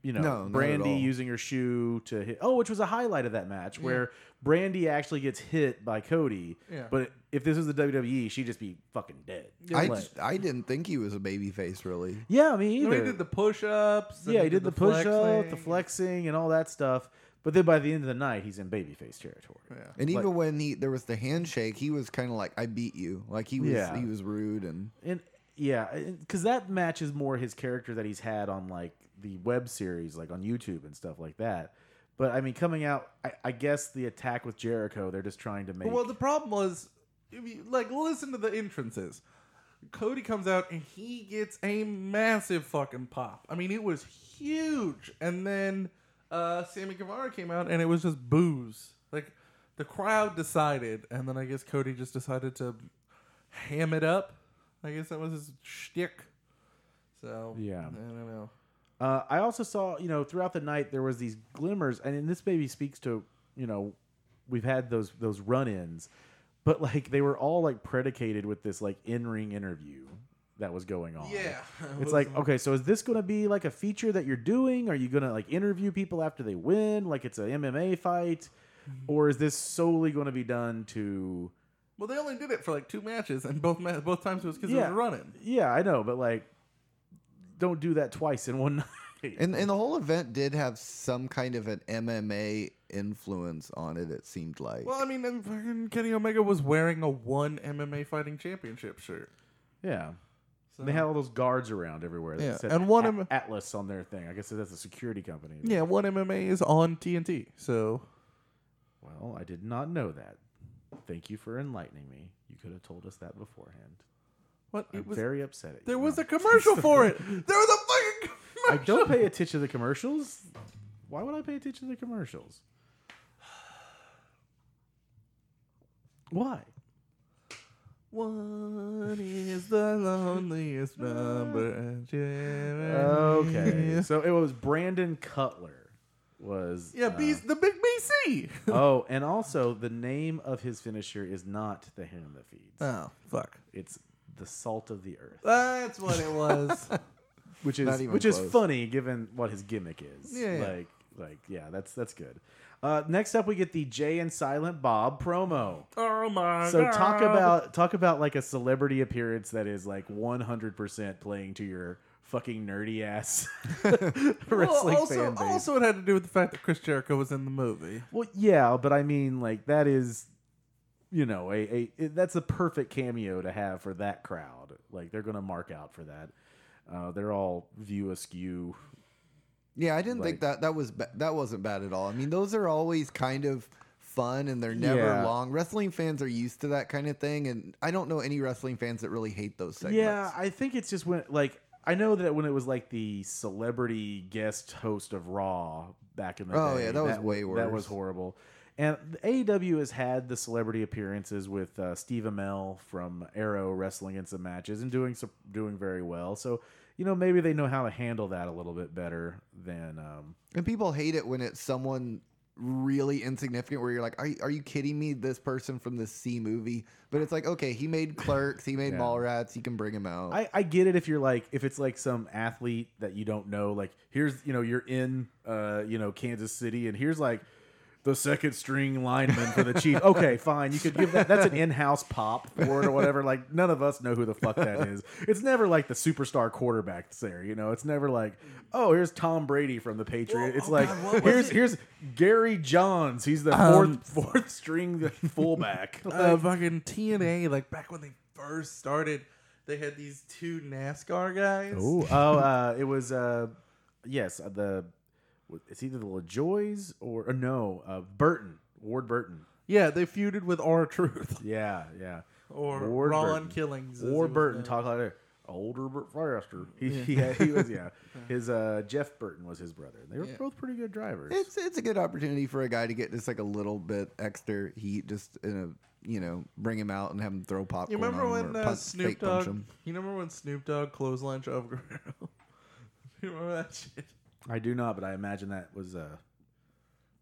Speaker 1: You know,
Speaker 4: No, not at
Speaker 1: Brandy
Speaker 4: all.
Speaker 1: using her shoe to hit. Oh, which was a highlight of that match where Brandy actually gets hit by Cody.
Speaker 3: Yeah.
Speaker 1: But if this was the WWE, she'd just be fucking dead.
Speaker 4: I,
Speaker 1: Like-
Speaker 4: just, I didn't think he was a babyface, really.
Speaker 1: yeah, me
Speaker 3: No,
Speaker 1: either.
Speaker 3: he did the push-ups. and
Speaker 1: yeah, he did the, push up, the
Speaker 3: flexing.
Speaker 1: flexing, and all that stuff. But then by the end of the night, he's in babyface territory.
Speaker 3: Yeah.
Speaker 4: And even when he there was the handshake, he was kind of like, "I beat you." Like he was
Speaker 1: Yeah.
Speaker 4: he was rude and
Speaker 1: And yeah, because that matches more his character that he's had on like the web series, like on YouTube and stuff like that. But I mean, coming out, I, I guess the attack with Jericho, they're just trying to make.
Speaker 3: Well, the problem was, if you- like, listen to the entrances. Cody comes out and he gets a massive fucking pop. I mean, it was huge. And then uh, Sammy Guevara came out and it was just booze. Like, the crowd decided, and then I guess Cody just decided to ham it up. I guess that was his shtick. So
Speaker 1: Yeah.
Speaker 3: I don't know.
Speaker 1: Uh, I also saw, you know, throughout the night there was these glimmers, and this maybe speaks to, you know, we've had those those run-ins, but like they were all like predicated with this like in-ring interview that was going on.
Speaker 3: Yeah,
Speaker 1: It's like, okay, so is this going to be like a feature that you're doing? Are you going to like interview people after they win, like it's a MMA fight,
Speaker 3: Mm-hmm.
Speaker 1: or is this solely going to be done to?
Speaker 3: well, they only did it for like two matches, and both ma- both times it was because it was running.
Speaker 1: Yeah, I know, but like, don't do that twice in one night.
Speaker 4: and and the whole event did have some kind of an MMA influence on it. It seemed like.
Speaker 3: Well, I mean, and fucking Kenny Omega was wearing a one MMA fighting championship shirt.
Speaker 1: yeah.
Speaker 3: So.
Speaker 1: They had all those guards around everywhere. That
Speaker 3: Yeah,
Speaker 1: said
Speaker 3: and one
Speaker 1: A-
Speaker 3: of 'em-
Speaker 1: Atlas on their thing. I guess that's a security company.
Speaker 3: yeah, one MMA is on TNT. So
Speaker 1: Well, I did not know that. Thank you for enlightening me. You could have told us that beforehand.
Speaker 3: what it
Speaker 1: I'm
Speaker 3: was?
Speaker 1: very upset at you.
Speaker 3: there was a commercial for it. There was a fucking
Speaker 1: I
Speaker 3: commercial.
Speaker 1: don't pay attention to the commercials. Why would I pay attention to the commercials? Why?
Speaker 3: One is the loneliest number. at
Speaker 1: Oh.
Speaker 3: your-
Speaker 1: Okay. so it was Brandon Cutler was
Speaker 3: Yeah,
Speaker 1: uh,
Speaker 3: B- the big BC.
Speaker 1: Oh, and also the name of his finisher is not the hand that feeds.
Speaker 3: oh fuck.
Speaker 1: It's the salt of the earth,
Speaker 3: That's what it was.
Speaker 1: which
Speaker 4: Not
Speaker 1: is
Speaker 4: even
Speaker 1: which is
Speaker 4: close.
Speaker 1: funny given what his gimmick is.
Speaker 3: Yeah, yeah.
Speaker 1: like like yeah, that's that's good. Uh, next up, we get the Jay and Silent Bob promo.
Speaker 3: oh my
Speaker 1: So
Speaker 3: god.
Speaker 1: talk about talk about like a celebrity appearance that is like 100 percent playing to your fucking nerdy ass wrestling
Speaker 3: Well, also,
Speaker 1: fan base.
Speaker 3: also, it had to do with the fact that Chris Jericho was in the movie.
Speaker 1: Well, yeah, but I mean, like that is, you know, a, a it- that's a perfect cameo to have for that crowd. Like they're gonna mark out for that. Uh, they're all view askew.
Speaker 4: yeah, I didn't
Speaker 1: like-
Speaker 4: think that that was ba- that wasn't bad at all. I mean, those are always kind of fun and they're never
Speaker 1: Yeah.
Speaker 4: long. Wrestling fans are used to that kind of thing, and I don't know any wrestling fans that really hate those segments.
Speaker 1: Yeah, I think it's just when like I know that when it was like the celebrity guest host of Raw back in the
Speaker 4: Oh,
Speaker 1: day.
Speaker 4: yeah, that was way
Speaker 1: That was
Speaker 4: worse.
Speaker 1: horrible. And AEW has had the celebrity appearances with uh, Steve Amell from Arrow wrestling in some matches and doing some- doing very well. So you know maybe they know how to handle that a little bit better than um,
Speaker 4: And people hate it when it's someone really insignificant where you're like, are, you- are you kidding me? This person from the C movie. But it's like, okay, he made Clerks, he made
Speaker 1: Yeah.
Speaker 4: Mallrats, you can bring him out.
Speaker 1: I, I get it if you're like if it's like some athlete that you don't know like here's you know you're in uh you know Kansas City and here's like the second string lineman for the Chiefs. Okay, fine. You could give that. That's an in-house pop for it or whatever. Like none of us know who the fuck that is. It's never like the superstar quarterback there. You know, it's never like oh here's Tom Brady from the Patriot. It's like here's here's Gary Johns. He's the fourth fourth string fullback.
Speaker 3: uh, fucking TNA, like back when they first started, they had these two NASCAR guys.
Speaker 1: Ooh. Oh, uh, it was uh, yes, uh, the it's either the LaJoys or, or no, uh, Burton Ward Burton.
Speaker 3: Yeah, they feuded with R Truth
Speaker 1: Yeah, yeah.
Speaker 3: or
Speaker 1: Ward
Speaker 3: Raw
Speaker 1: Burton.
Speaker 3: and Killings. as it
Speaker 1: Ward
Speaker 3: was
Speaker 1: Burton
Speaker 3: known.
Speaker 1: talk like that. Older but faster. He, he, had, he was yeah. His uh, Jeff Burton was his brother. They were both pretty good drivers.
Speaker 4: it's it's a good opportunity for a guy to get just like a little bit extra heat, just in a you know, bring him out and have him throw
Speaker 3: You
Speaker 4: popcorn.
Speaker 3: remember
Speaker 4: on him
Speaker 3: when
Speaker 4: or
Speaker 3: uh,
Speaker 4: punch-
Speaker 3: Snoop
Speaker 4: fake punch
Speaker 3: Dogg?
Speaker 4: him.
Speaker 3: You remember when Snoop Dogg clotheslined Chavo Guerrero? you remember that shit?
Speaker 1: I do not, but I imagine that was uh,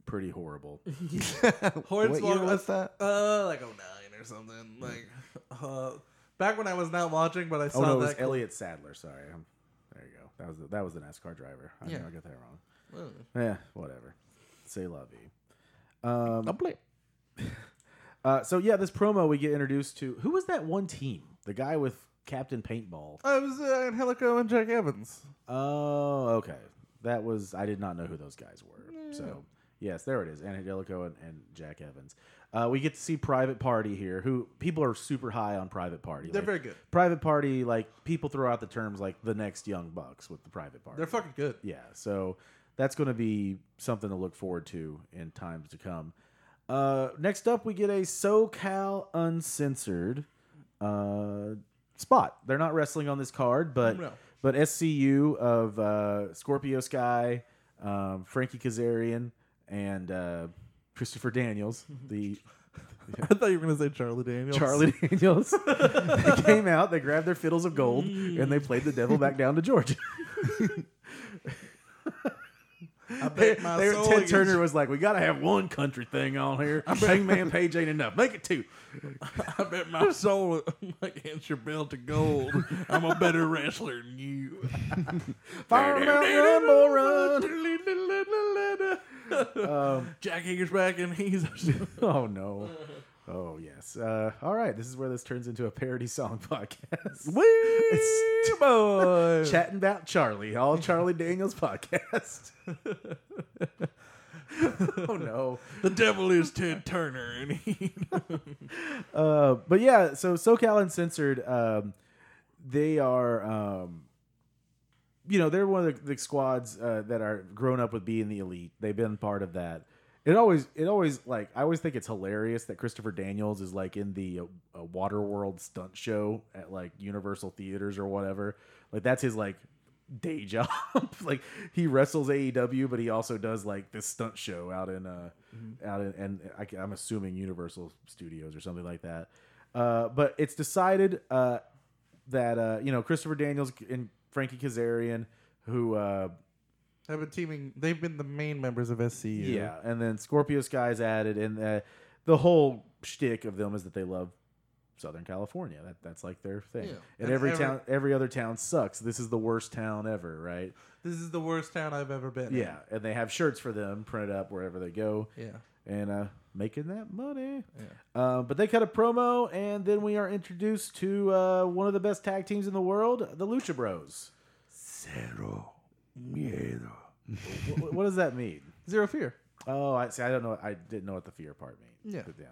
Speaker 1: pretty horrible.
Speaker 4: What year
Speaker 3: Hornswoggle-
Speaker 4: was that?
Speaker 3: Uh, like 09 or something. Like, uh, back when I was not watching, but I
Speaker 1: oh
Speaker 3: saw
Speaker 1: no, it
Speaker 3: that.
Speaker 1: was
Speaker 3: clip.
Speaker 1: Elliot Sadler. Sorry, i there you go. That was the, that was the NASCAR driver. I
Speaker 3: Yeah.
Speaker 1: know I got that wrong.
Speaker 3: Oh.
Speaker 1: Yeah, whatever. Say love you. Um, uh, so yeah, this promo we get introduced to who was that one team? The guy with Captain Paintball.
Speaker 3: Uh, it was uh, Angelico and Jack Evans.
Speaker 1: Oh, okay. That was I did not know who those guys were. So yes, there it is. Angelico and, and Jack Evans. Uh, we get to see Private Party here. Who people are super high on Private Party.
Speaker 3: They're
Speaker 1: Like,
Speaker 3: very good.
Speaker 1: Private Party, like people throw out the terms like the next Young Bucks with the Private Party.
Speaker 3: They're fucking good.
Speaker 1: yeah so that's going to be something to look forward to in times to come uh, next up we get a socal uncensored uh, spot they're not wrestling on this card but
Speaker 3: No.
Speaker 1: but scu of uh, scorpio sky um, frankie kazarian and uh, christopher daniels the
Speaker 3: I thought you were gonna say Charlie Daniels.
Speaker 1: Charlie Daniels. they came out, they grabbed their fiddles of gold, and they played the devil back down to Georgia.
Speaker 3: I bet my
Speaker 1: They-
Speaker 3: soul
Speaker 1: Ted
Speaker 3: against-
Speaker 1: Turner was like, "We gotta have one country thing on here. Hangman Page ain't enough. Make it two.
Speaker 3: I bet my soul against your belt of gold. I'm a better wrestler than you.
Speaker 1: Fire him out, Rumble Run."
Speaker 3: Um, Jack Hager's back and he's
Speaker 1: Oh no. Oh yes. Uh, all right. This is where this turns into a parody song podcast.
Speaker 3: Woo
Speaker 1: It's-
Speaker 3: boy.
Speaker 1: Chatting about Charlie, all Charlie Daniels podcast. oh no.
Speaker 3: the devil is Ted Turner and he
Speaker 1: Uh, but yeah, so SoCal Uncensored, um, they are, um, you know, they're one of the, the squads uh, that are grown up with being the elite. They've been part of that. It always, it always like I always think it's hilarious that Christopher Daniels is like in the uh, uh, Waterworld stunt show at like Universal Theaters or whatever. Like that's his like day job. like he wrestles AEW, but he also does like this stunt show out in uh out in and I, am assuming Universal Studios or something like that. Uh, but it's decided uh, that uh, you know Christopher Daniels and Frankie Kazarian, who uh,
Speaker 3: I've been teaming they've been the main members of SCU.
Speaker 1: yeah, and then Scorpio Sky's added, and uh, the whole shtick of them is that they love Southern California. That that's like their thing.
Speaker 3: Yeah.
Speaker 1: And,
Speaker 3: And
Speaker 1: every,
Speaker 3: every-
Speaker 1: town, every other town sucks. This is the worst town ever, right?
Speaker 3: This is the worst town I've ever been in.
Speaker 1: Yeah, and they have shirts for them printed up wherever they go.
Speaker 3: Yeah.
Speaker 1: and uh, making that money. Uh, but they cut a promo, and then we are introduced to uh, one of the best tag teams in the world, the Lucha Bros.
Speaker 3: Zero miedo.
Speaker 1: Wh- what does that mean?
Speaker 3: Zero fear.
Speaker 1: Oh, I see. I don't know. I didn't know what the fear part means.
Speaker 3: Yeah.
Speaker 1: But yeah.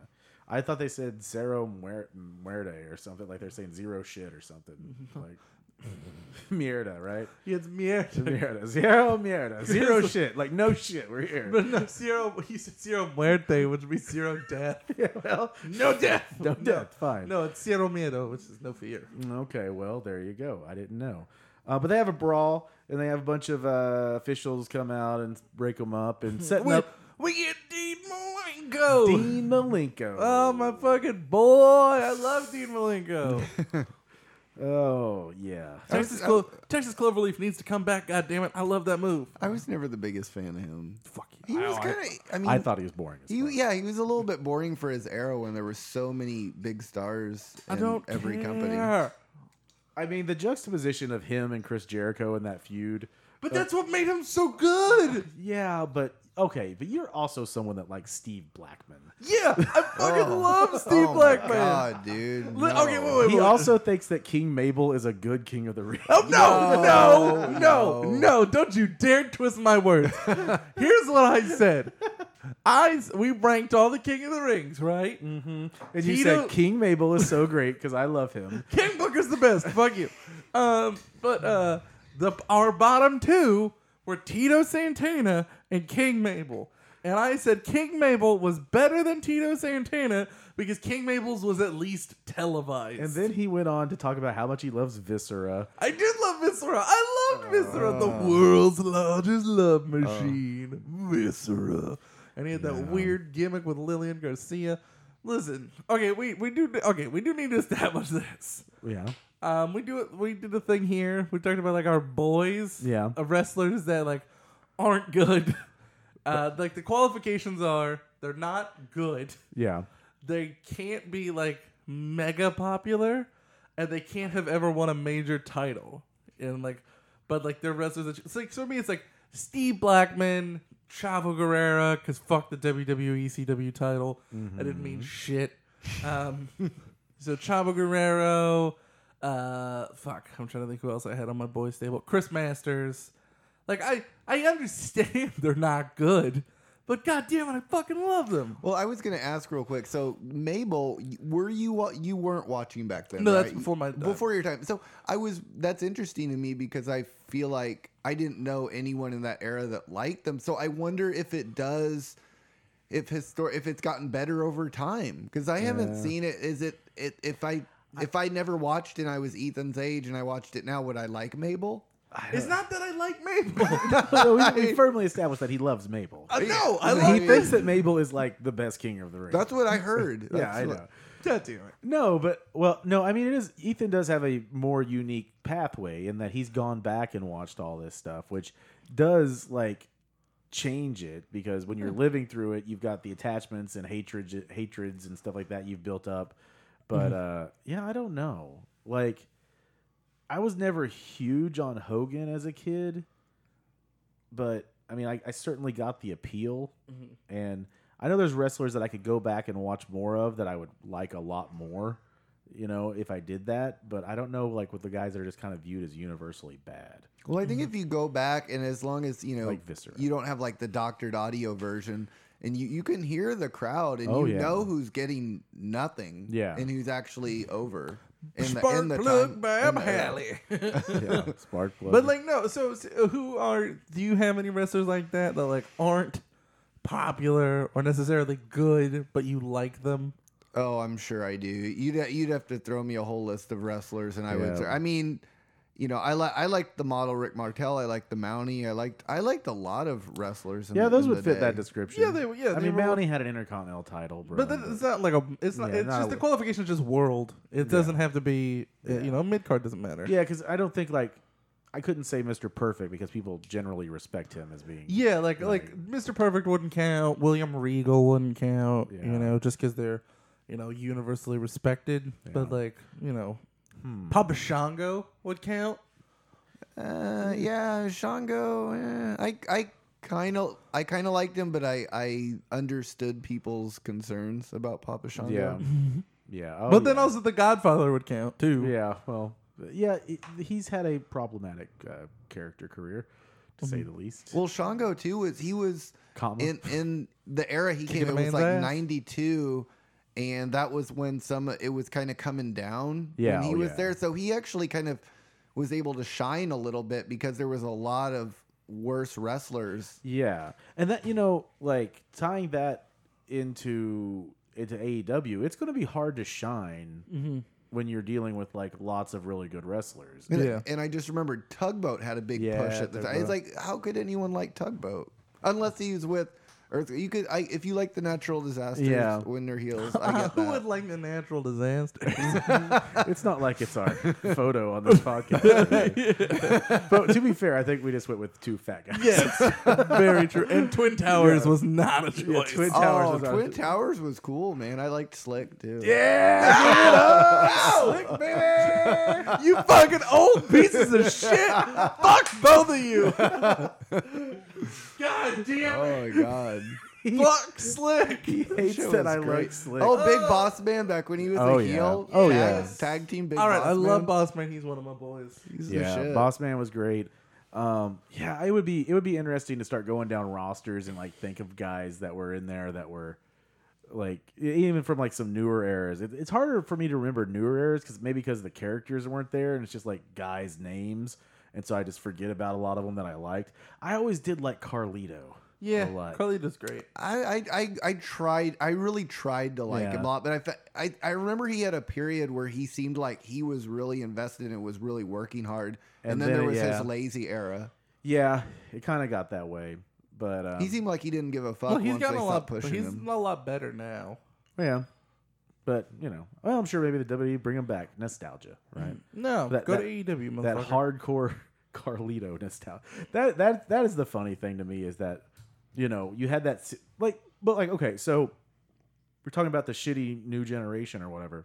Speaker 1: I thought they said zero muer- muerte or something like they're saying zero shit or something like mierda, right?
Speaker 3: Yeah, it's miedo.
Speaker 1: Mierda, zero mierda, zero shit, like no shit. We're here.
Speaker 3: But no, zero. He said zero muerte, which would be zero death.
Speaker 1: yeah, well,
Speaker 3: No death.
Speaker 1: no death. Fine.
Speaker 3: No, it's zero miedo, which is no fear.
Speaker 1: Okay, well, there you go. I didn't know. Uh, but they have a brawl, and they have a bunch of uh, officials come out and break them up and setting
Speaker 3: We,
Speaker 1: up.
Speaker 3: we get deep morning Malenko.
Speaker 1: Dean Malenko.
Speaker 3: Oh my fucking boy! I love Dean Malenko.
Speaker 1: Oh, yeah.
Speaker 3: Texas, Clo- Texas Cloverleaf needs to come back. God damn it! I love that move.
Speaker 4: I was never the biggest fan of him.
Speaker 3: Fuck you.
Speaker 4: He was
Speaker 1: I-
Speaker 4: kind of. I mean,
Speaker 1: I thought he was boring. As
Speaker 4: He,
Speaker 1: fuck.
Speaker 4: yeah, he was a little bit boring for his era when there were so many big stars
Speaker 3: I
Speaker 4: in
Speaker 3: don't
Speaker 4: every
Speaker 3: care.
Speaker 4: company.
Speaker 1: I mean, the juxtaposition of him and Chris Jericho in that feud. uh,
Speaker 3: But
Speaker 4: Uh,
Speaker 3: that's what made him so good.
Speaker 1: Yeah, but okay, but you're also someone that likes Steve Blackman.
Speaker 3: Yeah, I fucking
Speaker 4: Oh.
Speaker 3: love Steve
Speaker 4: oh
Speaker 3: Blackman.
Speaker 4: my god, dude.
Speaker 3: Li-
Speaker 4: no.
Speaker 3: Okay, wait, wait,
Speaker 1: He
Speaker 3: wait.
Speaker 1: also thinks that King Mabel is a good king of the ring.
Speaker 3: Oh no, no,
Speaker 4: No,
Speaker 3: no, no,
Speaker 4: no.
Speaker 3: Don't you dare twist my words. Here's what I said. I s- we ranked all the King of the Rings, right?
Speaker 1: Mm. and you
Speaker 3: Tito-
Speaker 1: said King Mabel is so great because I love him.
Speaker 3: Ken Booker's the best. Fuck you. Um, but uh, the our bottom two were Tito Santana and King Mabel. And I said King Mabel was better than Tito Santana because King Mabel's was at least televised.
Speaker 1: And then he went on to talk about how much he loves Viscera.
Speaker 3: I did love Viscera. I loved Viscera, the world's largest love machine. Viscera. And he had that weird gimmick with Lillian Garcia. Listen, okay, we, we do okay, we do need to establish this.
Speaker 1: Yeah.
Speaker 3: Um, we do it. We did a thing here. We talked about like our boys,
Speaker 1: Yeah.
Speaker 3: of wrestlers that like aren't good. Uh, like the qualifications are they're not good.
Speaker 1: Yeah.
Speaker 3: They can't be like mega popular, and they can't have ever won a major title. And like, but like they're wrestlers. That, it's like for me, it's like Steve Blackman, Chavo Guerrera, because fuck the WWE CW title. I didn't mean shit. Um, so Chavo Guerrero, uh, fuck, I'm trying to think who else I had on my boy stable. Chris Masters. Like I, I understand they're not good, but goddamn it, I fucking love them.
Speaker 4: Well, I was gonna ask real quick. So, Mabel, y- were you wa- you weren't watching back then?
Speaker 3: No, that's
Speaker 4: right?
Speaker 3: before my time.
Speaker 4: before your time. So, I was. That's interesting to me because I feel like I didn't know anyone in that era that liked them. So, I wonder if it does, if histor- if it's gotten better over time because I haven't
Speaker 1: Yeah.
Speaker 4: seen it. Is it it if I if I never watched and I was Ethan's age and I watched it now, would I like Mabel?
Speaker 3: It's not that I like Mabel.
Speaker 1: So we, we firmly established that he loves Mabel.
Speaker 3: Uh, no, I
Speaker 4: Yeah.
Speaker 3: love
Speaker 1: he
Speaker 4: mean-
Speaker 1: thinks that Mabel is like the best king of the ring.
Speaker 4: That's what I heard.
Speaker 1: yeah,
Speaker 4: That's
Speaker 1: I
Speaker 4: what-
Speaker 1: know.
Speaker 3: goddamn it.
Speaker 1: No, but well, no, I mean it is Ethan does have a more unique pathway in that he's gone back and watched all this stuff, which does like change it because when you're living through it, you've got the attachments and hatreds hatreds and stuff like that you've built up. But uh yeah, I don't know. Like I was never huge on Hogan as a kid, but I mean I, I certainly got the appeal and I know there's wrestlers that I could go back and watch more of that I would like a lot more, you know, if I did that. But I don't know, like with the guys that are just kind of viewed as universally bad.
Speaker 4: Well, I think if you go back and as long as you know,
Speaker 1: Mm-hmm. Like Viscera.
Speaker 4: you don't have like the doctored audio version, and you you can hear the crowd, and
Speaker 1: Oh,
Speaker 4: you
Speaker 1: yeah.
Speaker 4: know who's getting nothing,
Speaker 1: Yeah.
Speaker 4: and who's actually over. In
Speaker 3: Spark plug,
Speaker 4: time- uh,
Speaker 3: Bam
Speaker 4: in the era.
Speaker 3: Halley.
Speaker 1: Yeah, spark plug.
Speaker 3: but like no, so, so who are? Do you have any wrestlers like that that like aren't popular or necessarily good, but you like them?
Speaker 4: Oh, I'm sure I do. You'd ha- you'd have to throw me a whole list of wrestlers, and I would.
Speaker 1: Yeah.
Speaker 4: I mean, you know, I like I liked the model Rick Martel. I liked the Mountie. I liked I liked a lot of wrestlers. In
Speaker 1: yeah,
Speaker 4: the-
Speaker 1: those
Speaker 4: in
Speaker 1: would
Speaker 4: the
Speaker 1: fit
Speaker 4: day.
Speaker 1: that description.
Speaker 3: Yeah, they- yeah,
Speaker 1: I
Speaker 3: they
Speaker 1: mean,
Speaker 3: were-
Speaker 1: Mountie had an intercontinental title, bro.
Speaker 3: But then it's not like a. It's not.
Speaker 1: Yeah,
Speaker 3: it's
Speaker 1: not
Speaker 3: just
Speaker 1: a-
Speaker 3: the qualifications just world. It doesn't have to be. uh, You know, mid card doesn't matter.
Speaker 1: yeah, because I don't think like I couldn't say Mr. Perfect because people generally respect him as being.
Speaker 3: Yeah, like like Mr. Perfect wouldn't count. William Regal wouldn't count. You
Speaker 1: Yeah.
Speaker 3: know, just because they're you know universally respected. But like you know,
Speaker 1: Hmm.
Speaker 3: Papa Shango would count.
Speaker 4: Uh, yeah, Shango. eh, I I kind of I kind of liked him, but I I understood people's concerns about Papa Shango.
Speaker 1: yeah, yeah. Oh,
Speaker 3: but then
Speaker 1: yeah.
Speaker 3: also the Godfather would count too.
Speaker 1: Yeah, well, yeah, it- he's had a problematic uh, character career, to
Speaker 3: Um,
Speaker 1: say the least.
Speaker 4: Well, Shango too was he was
Speaker 1: Comma.
Speaker 4: in in the era he
Speaker 3: Kicking
Speaker 4: came.
Speaker 3: a
Speaker 4: It was
Speaker 3: man's
Speaker 4: like
Speaker 3: ass.
Speaker 4: '92, and that was when some it was kind of coming down.
Speaker 1: Yeah,
Speaker 4: when he
Speaker 1: oh,
Speaker 4: was
Speaker 1: yeah.
Speaker 4: there, so he actually kind of was able to shine a little bit because there was a lot of worse wrestlers.
Speaker 1: Yeah, and that you know, like tying that into into AEW, it's going to be hard to shine when you're dealing with like lots of really good wrestlers.
Speaker 4: And,
Speaker 3: Yeah.
Speaker 4: and I just remembered Tugboat had a big
Speaker 1: Yeah,
Speaker 4: push at the time.
Speaker 1: Tugboat.
Speaker 4: It's like, how could anyone like Tugboat? Unless he was with Earth, you could, I, if you like the natural disasters,
Speaker 1: Yeah.
Speaker 4: Winter Heals, I get
Speaker 3: Who would
Speaker 4: that.
Speaker 3: like the natural disaster?
Speaker 1: it's not like it's our photo on this podcast. But to be fair, I think we just went with two fat guys.
Speaker 3: yes, very true. And Twin Towers was not a
Speaker 1: Yeah,
Speaker 3: choice.
Speaker 1: Twin Towers
Speaker 4: Oh,
Speaker 1: was our-
Speaker 4: Twin Towers was cool, man. I liked Slick too.
Speaker 3: Slick, baby! Oh, You fucking old pieces of shit! Fuck both of you! God damn it!
Speaker 4: Oh my god.
Speaker 3: Fuck Slick!
Speaker 1: hates
Speaker 4: Shit
Speaker 1: that
Speaker 4: was
Speaker 1: I
Speaker 4: great.
Speaker 1: like slick.
Speaker 4: Oh, Big Boss Man back when he was
Speaker 1: Oh,
Speaker 4: a
Speaker 1: yeah.
Speaker 4: heel.
Speaker 1: Oh,
Speaker 4: tag-
Speaker 1: yeah.
Speaker 4: Tag team Big
Speaker 3: All right,
Speaker 4: Boss
Speaker 3: I love
Speaker 4: Man.
Speaker 3: Boss Man. He's one of my boys.
Speaker 4: He's the
Speaker 1: yeah,
Speaker 4: shit.
Speaker 1: Boss Man was great. Um, yeah, it would be it would be interesting to start going down rosters and like think of guys that were in there that were like e- even from like some newer eras. It, it's harder for me to remember newer eras because maybe because the characters weren't there and it's just like guys' names, and so I just forget about a lot of them that I liked. I always did like Carlito.
Speaker 3: Yeah,
Speaker 1: a lot.
Speaker 3: Carly does great.
Speaker 4: I, I, I, I tried. I really tried to like
Speaker 1: Yeah.
Speaker 4: him a lot, but I, fe- I I remember he had a period where he seemed like he was really invested and was really working hard, and,
Speaker 1: And
Speaker 4: then,
Speaker 1: then,
Speaker 4: there was
Speaker 1: yeah.
Speaker 4: his lazy era.
Speaker 1: yeah, it kind of got that way, but um,
Speaker 4: He seemed like he didn't give a fuck
Speaker 3: Well, he's
Speaker 4: once they
Speaker 3: gotten a lot.
Speaker 4: stopped
Speaker 3: But
Speaker 4: pushing
Speaker 3: he's
Speaker 4: him.
Speaker 3: a lot better now.
Speaker 1: yeah. But you know, well, I'm sure maybe the WWE bring him back nostalgia, right?
Speaker 3: No,
Speaker 1: That-
Speaker 3: go
Speaker 1: that-
Speaker 3: to AEW, motherfucker.
Speaker 1: that hardcore Carlito nostalgia. That that that is the funny thing to me is that you know you had that s- like but like okay so we're talking about the shitty new generation or whatever.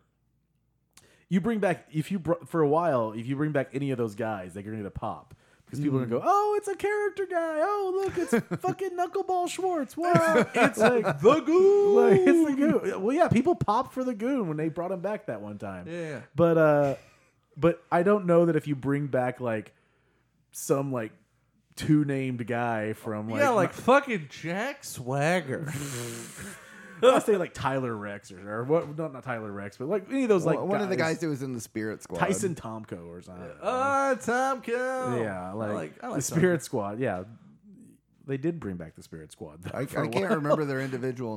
Speaker 1: You bring back if you br- for a while if you bring back any of those guys they're going to pop because people are going to go oh it's a character guy oh look it's fucking knuckleball Schwartz wow it's like
Speaker 3: the goo.
Speaker 1: like, it's the goon. Well, yeah, people popped for the goon when they brought him back that one time.
Speaker 3: Yeah.
Speaker 1: But uh, but I don't know that if you bring back like some like two named guy from like
Speaker 3: yeah, like fucking Jack Swagger.
Speaker 1: I'll say like Tyler Rex or, or what? Not not Tyler Rex, but like any of those like
Speaker 4: One of the guys that was in the Spirit Squad, Oh,
Speaker 1: Tyson Tomko or something.
Speaker 3: Ah, Tom Cole.
Speaker 1: yeah, like,
Speaker 3: I like, I like
Speaker 1: the
Speaker 3: Tom
Speaker 1: Spirit Squad. Yeah, they did bring back the Spirit Squad. though,
Speaker 4: I, I
Speaker 1: for a
Speaker 4: can't remember their individual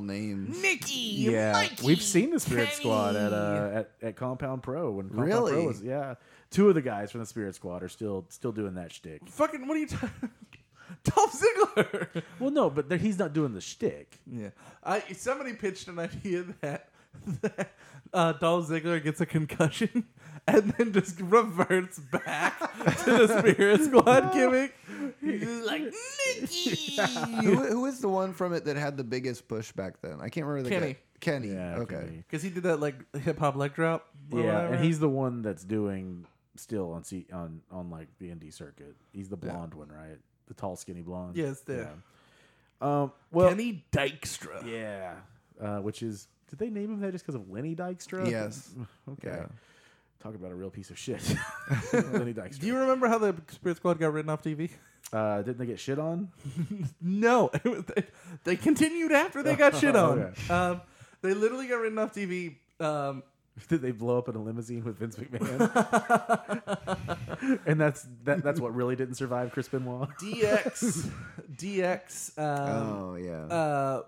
Speaker 4: names.
Speaker 1: Yeah, we've seen the Spirit Squad at uh at, at Compound Pro when Compound Pro
Speaker 4: Really?
Speaker 1: was yeah. Two of the guys from the Spirit Squad are still still doing that shtick.
Speaker 3: Fucking what are you talking? Tom Ziggler.
Speaker 1: Well, no, but they're- he's not doing the shtick.
Speaker 3: yeah, I somebody pitched an idea that that uh, Dolph Ziggler gets a concussion and then just reverts back to the Spirit Squad gimmick. He's just like Nikki
Speaker 4: who, who is the one from it that had the biggest push back then? I can't remember the
Speaker 3: Kenny.
Speaker 4: guy. Kenny.
Speaker 1: Yeah,
Speaker 4: okay.
Speaker 1: Kenny.
Speaker 3: because he did that like hip hop leg drop. or
Speaker 1: yeah,
Speaker 3: whatever.
Speaker 1: and he's the one that's doing still on C- on on like the indie circuit. He's the blonde one, right? The tall, skinny blonde.
Speaker 3: Yes, the-
Speaker 1: Yeah. Um. Well.
Speaker 3: Kenny Dykstra.
Speaker 1: Yeah. Uh, which is did they name him that just because of Lenny Dykstra?
Speaker 4: Yes.
Speaker 1: Okay.
Speaker 4: Yeah.
Speaker 1: Talk about a real piece of shit. Lenny Dykstra.
Speaker 3: Do you remember how the Spirit Squad got written off TV?
Speaker 1: Uh, didn't they get shit on?
Speaker 3: No, it was- they, they continued after they got shit on.
Speaker 1: Okay.
Speaker 3: um, they literally got written off TV. Um,
Speaker 1: Did they blow up in a limousine with Vince McMahon? and that's that, that's what really didn't survive Chris Benoit.
Speaker 3: DX, DX, um,
Speaker 4: oh yeah.
Speaker 3: uh,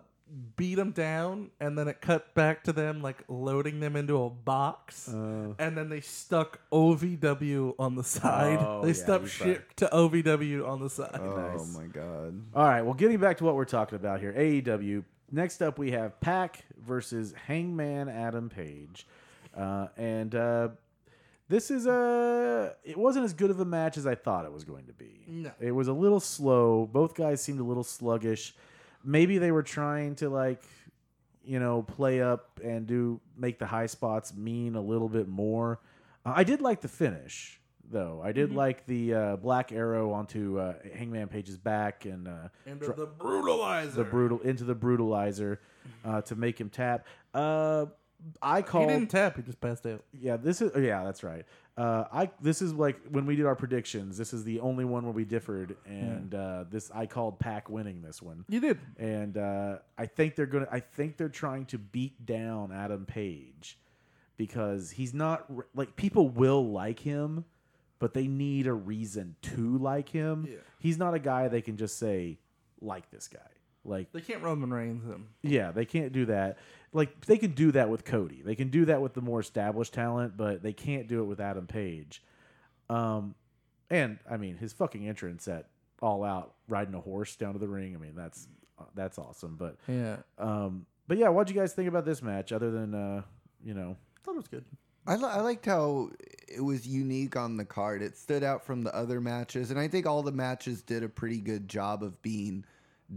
Speaker 3: beat them down, and then it cut back to them like loading them into a box, and then they stuck OVW on the side.
Speaker 1: Oh,
Speaker 3: they
Speaker 1: yeah,
Speaker 3: stuck
Speaker 1: he's
Speaker 3: shit to OVW on the side.
Speaker 4: oh my god.
Speaker 1: All right, well, getting back to what we're talking about here, AEW. Next up, we have Pac versus Hangman Adam Page, uh, and uh, this is a. It wasn't as good of a match as I thought it was going to be.
Speaker 3: No.
Speaker 1: it was a little slow. Both guys seemed a little sluggish. Maybe they were trying to like, you know, play up and do make the high spots mean a little bit more. Uh, I did like the finish though. I
Speaker 3: Mm-hmm.
Speaker 1: did like the uh, black arrow onto uh, Hangman Page's back and uh,
Speaker 3: And the brutalizer.
Speaker 1: the brutal into the brutalizer uh, to make him tap. Uh, I
Speaker 3: he
Speaker 1: called.
Speaker 3: didn't tap. He just passed out.
Speaker 1: Yeah, this is yeah, that's right. Uh, I this is like when we did our predictions. This is the only one where we differed, and uh, this I called Pack winning this one,
Speaker 3: You did.
Speaker 1: and uh, I think they're gonna. I think they're trying to beat down Adam Page because he's not re- like people will like him, but they need a reason to like him.
Speaker 3: Yeah.
Speaker 1: He's not a guy they can just say like this guy. Like
Speaker 3: They can't Roman Reigns him.
Speaker 1: yeah, they can't do that. Like they can do that with Cody. They can do that with the more established talent, but they can't do it with Adam Page. Um, and I mean his fucking entrance at All Out, riding a horse down to the ring. I mean that's uh, that's awesome. But
Speaker 3: Yeah.
Speaker 1: um, but yeah, what'd you guys think about this match? Other than uh, you know,
Speaker 3: thought it was good.
Speaker 4: I, li- I liked how it was unique on the card. It stood out from the other matches, and I think all the matches did a pretty good job of being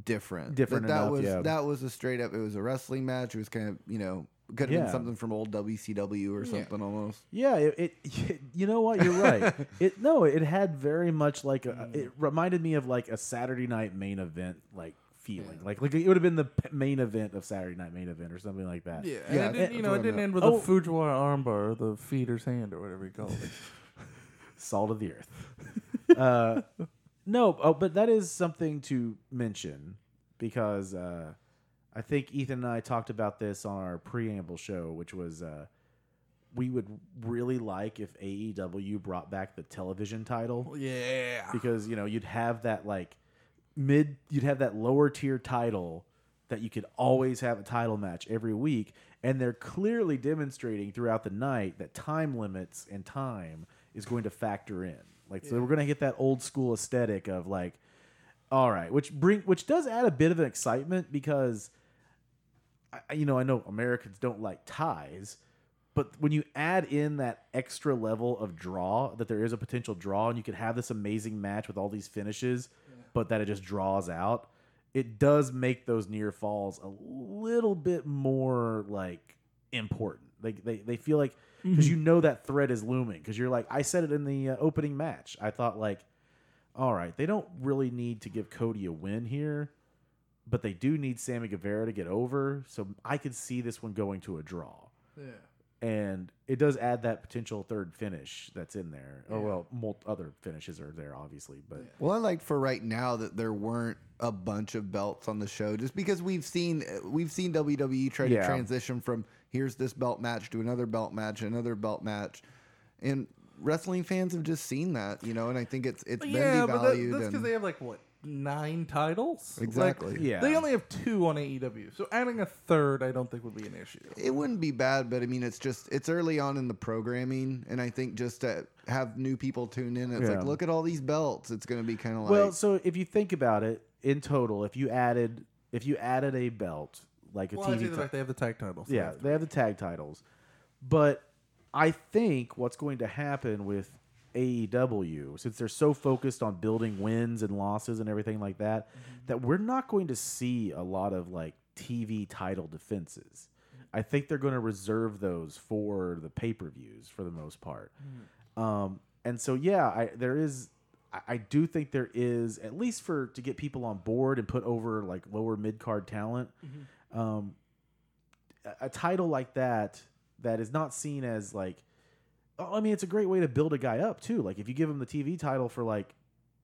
Speaker 4: different.
Speaker 1: Different
Speaker 4: that, that
Speaker 1: enough,
Speaker 4: was
Speaker 1: yeah.
Speaker 4: that was a straight up. It was a wrestling match. It was kind of you know could have
Speaker 1: Yeah.
Speaker 4: been something from old WCW or something almost.
Speaker 1: Yeah, it, it you know what you're right. it no, it had very much like a, it reminded me of like a Saturday night main event like feeling. Like like it would have been the p- main event of Saturday night main event or something like that.
Speaker 3: Yeah, and
Speaker 4: Yeah,
Speaker 3: it didn't, you
Speaker 4: that's
Speaker 3: know,
Speaker 4: what
Speaker 3: it
Speaker 4: I
Speaker 3: didn't
Speaker 4: meant.
Speaker 3: end with
Speaker 1: Oh.
Speaker 3: a Fujiwara armbar, or the feeder's hand, or whatever you call it.
Speaker 1: Salt of the earth. uh, no, oh, but that is something to mention because uh, I think Ethan and I talked about this on our preamble show, which was uh, we would really like if AEW brought back the television title.
Speaker 3: yeah.
Speaker 1: because you know you'd have that like mid you'd have that lower tier title that you could always have a title match every week and they're clearly demonstrating throughout the night that time limits and time is going to factor in like so we're going to get that old school aesthetic of like all right which bring which does add a bit of an excitement because I- I, you know i know americans don't like ties but when you add in that extra level of draw that there is a potential draw and you could have this amazing match with all these finishes but that it just draws out it does make those near falls a little bit more like important they, they, they feel like because you know that threat is looming because you're like i said it in the uh, opening match i thought like all right they don't really need to give cody a win here but they do need sammy guevara to get over so i could see this one going to a draw
Speaker 3: Yeah.
Speaker 1: and it does add that potential third finish that's in there. Oh well, mult- other finishes are there obviously, but
Speaker 4: Well, I like for right now that there weren't a bunch of belts on the show, just because we've seen we've seen WWE try
Speaker 1: Yeah.
Speaker 4: to transition from here's this belt match to another belt match, another belt match, and wrestling fans have just seen that, you know. And I think it's it's been
Speaker 3: yeah, but that,
Speaker 4: devalued.
Speaker 3: that's because
Speaker 4: and,
Speaker 3: they have like what nine titles? Like,
Speaker 4: Exactly.
Speaker 1: Yeah.
Speaker 3: They only have two on AEW, so adding a third, I don't think would be an issue.
Speaker 4: it wouldn't be bad, but I mean, it's just it's early on in the programming, and I think just to have new people tune in, it's
Speaker 1: Yeah.
Speaker 4: like look at all these belts. It's going to be kind of like
Speaker 1: well, so if you think about it in total, if you added if you added a belt like a
Speaker 3: Well, I
Speaker 1: TV,
Speaker 3: see
Speaker 1: ti-
Speaker 3: the fact they have the tag titles. so
Speaker 1: yeah,
Speaker 3: they have to-
Speaker 1: they have the tag titles, but I think what's going to happen with AEW since they're so focused on building wins and losses and everything like that, that we're not going to see a lot of like TV title defenses. I think they're going to reserve those for the pay per views for the most part. Um, and so, yeah, I, there is. I- I do think there is at least for to get people on board and put over like lower mid card talent. Um, a- a title like that that is not seen as like. oh, I mean, it's a great way to build a guy up too. Like if you give him the TV title for like,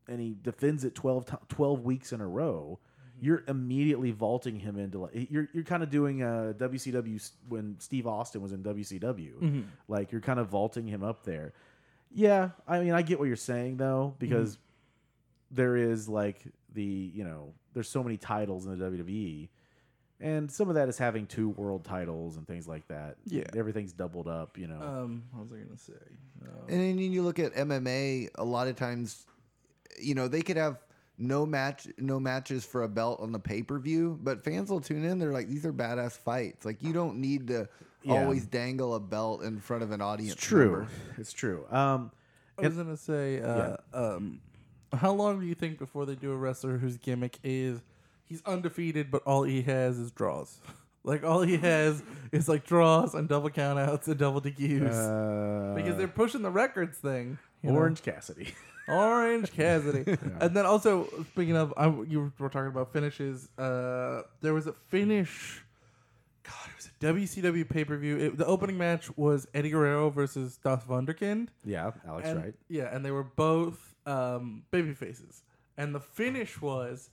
Speaker 1: and he defends it 12, to- 12 weeks in a row. You're immediately vaulting him into like you're you're kind of doing uh, a WCW s- when Steve Austin was in WCW,
Speaker 3: Mm-hmm.
Speaker 1: like you're kind of vaulting him up there. Yeah, I mean, I get what you're saying
Speaker 3: Mm-hmm.
Speaker 1: though, because there is like the you know, there's so many titles in the WWE, and some of that is having two world titles and things like that.
Speaker 3: Yeah.
Speaker 1: everything's doubled up. You know,
Speaker 3: Um, what was I gonna say? Um,
Speaker 4: And then you look at MMA. A lot of times, you know, they could have no match, no matches for a belt on the pay per view, but fans will tune in. They're like, these are badass fights. Like you don't need to
Speaker 1: Yeah.
Speaker 4: always dangle a belt in front of an audience.
Speaker 1: it's true.
Speaker 4: member.
Speaker 1: It's true. Um,
Speaker 3: I was gonna say, uh, um, how long do you think before they do a wrestler whose gimmick is he's undefeated, but all he has is draws? Like all he has is like draws and double countouts and double DQs
Speaker 1: uh,
Speaker 3: because they're pushing the records thing. you know?
Speaker 1: Orange Cassidy.
Speaker 3: Orange Cassidy. And then also speaking of, I, you were talking about finishes. Uh, there was a finish. God, it was a WCW pay per view. The opening match was Eddie Guerrero versus Dolph Wunderkind.
Speaker 1: yeah, Alex
Speaker 3: and,
Speaker 1: Wright.
Speaker 3: Yeah, and they were both um, baby faces. And the finish was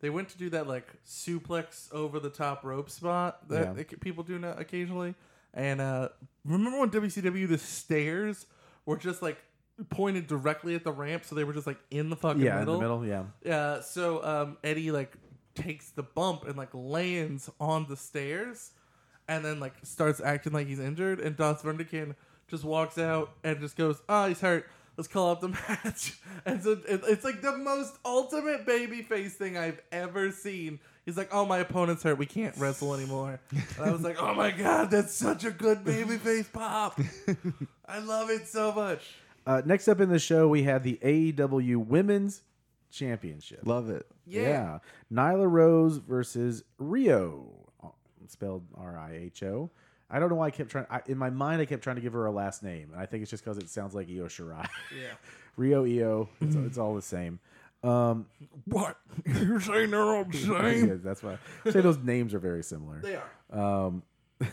Speaker 3: they went to do that like suplex over the top rope spot that
Speaker 1: Yeah.
Speaker 3: that c- people do now occasionally. And uh, remember when WCW the stairs were just like pointed directly at the ramp, so they were just like in the fucking
Speaker 1: Yeah,
Speaker 3: middle.
Speaker 1: in the middle. Yeah,
Speaker 3: Yeah. So um, Eddie like takes the bump and like lands on the stairs, and then like starts acting like he's injured. And Dos Verdekin just walks out and just goes, "Ah, he's hurt. Let's call up the match." and so it, it's like the most ultimate babyface thing I've ever seen. He's He's like, "Oh, my opponent's hurt. We can't wrestle anymore." And I was like, "Oh my god, that's such a good babyface pop. I love it so much."
Speaker 1: Uh, next up in the show, we had the AEW Women's Championship.
Speaker 4: Love it.
Speaker 3: Yeah.
Speaker 1: Nyla Rose versus Rio, uh, spelled R I H O. I don't know why I kept trying. I, in my mind, I kept trying to give her a last name, and I think it's just because it sounds like Io Shirai.
Speaker 3: Yeah.
Speaker 1: Rio Io, it's, it's all the same. Um,
Speaker 3: What? You're saying they're all the
Speaker 1: yeah, that's why. I say those names are very similar.
Speaker 3: They are.
Speaker 1: Um,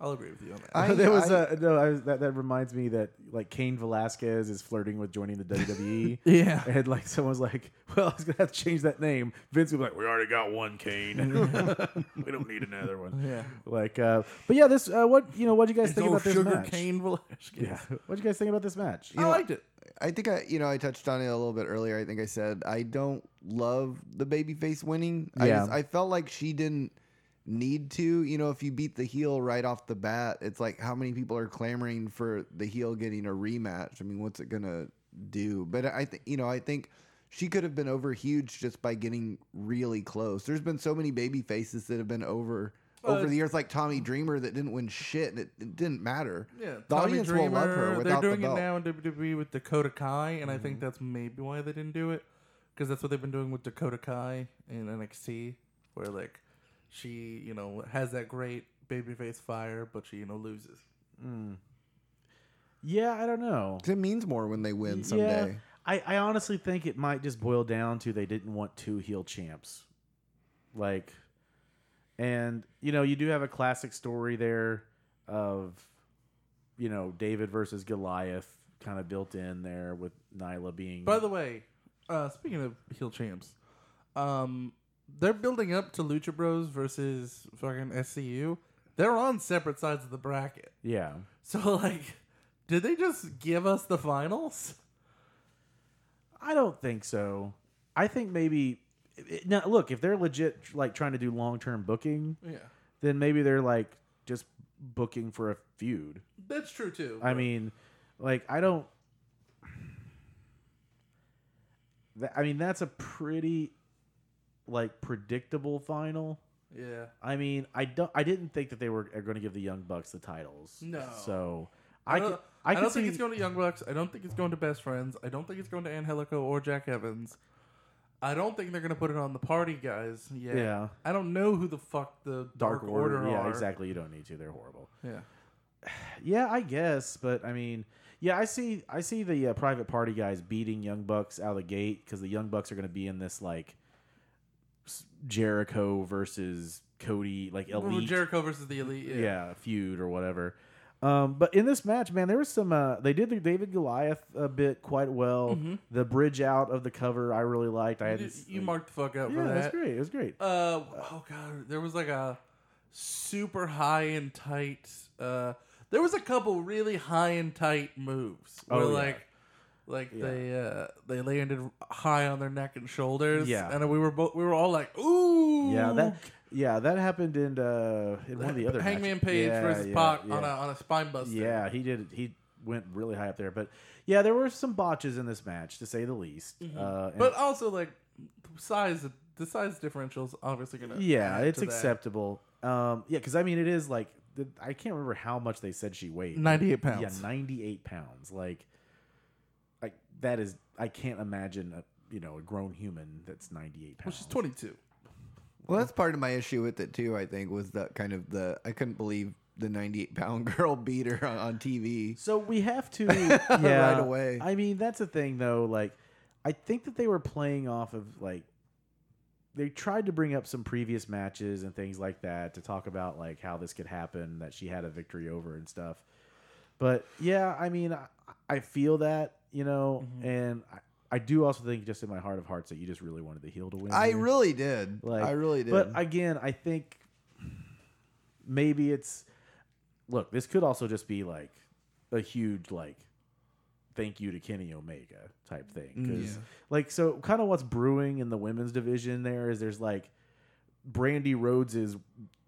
Speaker 3: I'll agree with you on that.
Speaker 4: I,
Speaker 1: there was
Speaker 4: I-
Speaker 1: a no. I was, that that reminds me that like Kane Velasquez is flirting with joining the WWE.
Speaker 3: Yeah.
Speaker 1: and like someone's like, "Well, I was gonna have to change that name." Vince would be like, "We already got one Kane. we don't need another one."
Speaker 3: Yeah.
Speaker 1: Like, uh, but yeah, this. Uh, what you know? What would you guys think about
Speaker 3: It's old
Speaker 1: this
Speaker 3: sugar
Speaker 1: match?
Speaker 3: cane Velasquez.
Speaker 1: Yeah. What you guys think about this match?
Speaker 3: I liked it.
Speaker 4: I think I, you know, I touched on it a little bit earlier. I think I said I don't love the babyface winning. I,
Speaker 1: Yeah.
Speaker 4: just, I felt like she didn't need to. You know, if you beat the heel right off the bat, it's like how many people are clamoring for the heel getting a rematch? I mean, what's it gonna do? But I think, you know, I think she could have been over huge just by getting really close. There's been so many baby faces that have been over.
Speaker 3: Well,
Speaker 4: over
Speaker 3: it's-
Speaker 4: the years, like Tommy Dreamer, that didn't win shit, and it, it didn't matter.
Speaker 3: Yeah,
Speaker 4: the
Speaker 3: Tommy
Speaker 4: audience
Speaker 3: Dreamer,
Speaker 4: will love her
Speaker 3: They're
Speaker 4: without
Speaker 3: doing
Speaker 4: the belt.
Speaker 3: it now in WWE with Dakota Kai, and I think that's maybe why they didn't do it because that's what they've been doing with Dakota Kai in NXT, where like she, you know, has that great babyface fire, but she, you know, loses.
Speaker 1: Yeah, I don't know.
Speaker 4: 'Cause it means more when they win
Speaker 1: Yeah,
Speaker 4: someday.
Speaker 1: I, I honestly think it might just boil down to they didn't want two heel champs. Like, and, you know, you do have a classic story there of, you know, David versus Goliath kind of built in there with Nyla being.
Speaker 3: By the way, uh, speaking of heel champs, um, they're building up to Lucha Bros versus fucking SCU. They're on separate sides of the bracket,
Speaker 1: yeah.
Speaker 3: so like, did they just give us the finals?
Speaker 1: I don't think so. I think maybe. it- Now, look, if they're legit, like, trying to do long term booking,
Speaker 3: Yeah,
Speaker 1: then maybe they're, like, just booking for a feud.
Speaker 3: that's true too.
Speaker 1: I mean, like I don't. Tha- I mean, that's a pretty, like, predictable final.
Speaker 3: yeah.
Speaker 1: I mean, I don't. I didn't think that they were going to give the Young Bucks the titles.
Speaker 3: No.
Speaker 1: So I,
Speaker 3: don't-
Speaker 1: can. I,
Speaker 3: don't
Speaker 1: can
Speaker 3: think
Speaker 1: see-
Speaker 3: it's going to Young Bucks. I don't think it's going to Best Friends. I don't think it's going to Angelico or Jack Evans. I don't think they're going to put it on the party guys. Yeah.
Speaker 1: Yeah.
Speaker 3: I don't know who the fuck the
Speaker 1: Dark, Order. Yeah,
Speaker 3: are.
Speaker 1: exactly. You don't need to. They're horrible.
Speaker 3: Yeah.
Speaker 1: Yeah, I guess, but I mean, yeah, I see, I see the uh, private party guys beating Young Bucks out of the gate because the Young Bucks are going to be in this like s- Jericho versus Cody like elite,
Speaker 3: Jericho versus the Elite. Yeah.
Speaker 1: yeah. feud or whatever. Um, but in this match, man, there was some. Uh, they did the David Goliath a bit quite well. The bridge out of the cover, I really liked. I
Speaker 3: Mm-hmm. You,
Speaker 1: had
Speaker 3: did- you marked the fuck out
Speaker 1: yeah,
Speaker 3: for
Speaker 1: it
Speaker 3: that.
Speaker 1: was great. It was great.
Speaker 3: Uh oh god, there was like a super high and tight. Uh, there was a couple really high and tight moves where
Speaker 1: Oh, yeah.
Speaker 3: like, like they uh they landed high on their neck and shoulders.
Speaker 1: Yeah.
Speaker 3: and we were both we were all like, ooh,
Speaker 1: yeah, that yeah that happened in uh, in one of the other
Speaker 3: Hangman
Speaker 1: matches.
Speaker 3: Page
Speaker 1: Yeah,
Speaker 3: versus
Speaker 1: yeah,
Speaker 3: Pac on a
Speaker 1: yeah.
Speaker 3: on a spine buster.
Speaker 1: Yeah, he did. He went really high up there, but yeah, there were some botches in this match, to say the least. Uh, and-
Speaker 3: Mm-hmm. but also like size the size differentials obviously gonna
Speaker 1: yeah,
Speaker 3: add
Speaker 1: it's
Speaker 3: to that.
Speaker 1: acceptable. Um, yeah, because I mean, it is like the, I can't remember how much they said she weighed.
Speaker 3: 98 pounds.
Speaker 1: Yeah, ninety eight pounds. Like, like that is I can't imagine a you know a grown human that's ninety eight
Speaker 3: well,
Speaker 1: pounds.
Speaker 3: she's 22.
Speaker 4: Well, that's part of my issue with it too. I think was that kind of the I couldn't believe the 98 pound girl beat her on, on TV.
Speaker 1: So we have to yeah,
Speaker 4: Right away.
Speaker 1: I mean, that's the thing though. Like, I think that they were playing off of like they tried to bring up some previous matches and things like that to talk about like how this could happen that she had a victory over and stuff. But yeah, I mean, I, I feel that you know,
Speaker 4: Mm-hmm.
Speaker 1: and I, I do also think just in my heart of hearts that you just really wanted the heel to win.
Speaker 4: I
Speaker 1: here.
Speaker 4: really did. I really did.
Speaker 1: But again, I think maybe it's look. This could also just be like a huge like thank you to Kenny Omega type thing because
Speaker 3: Yeah.
Speaker 1: like so kind of what's brewing in the women's division there is there's like Brandy Rhodes's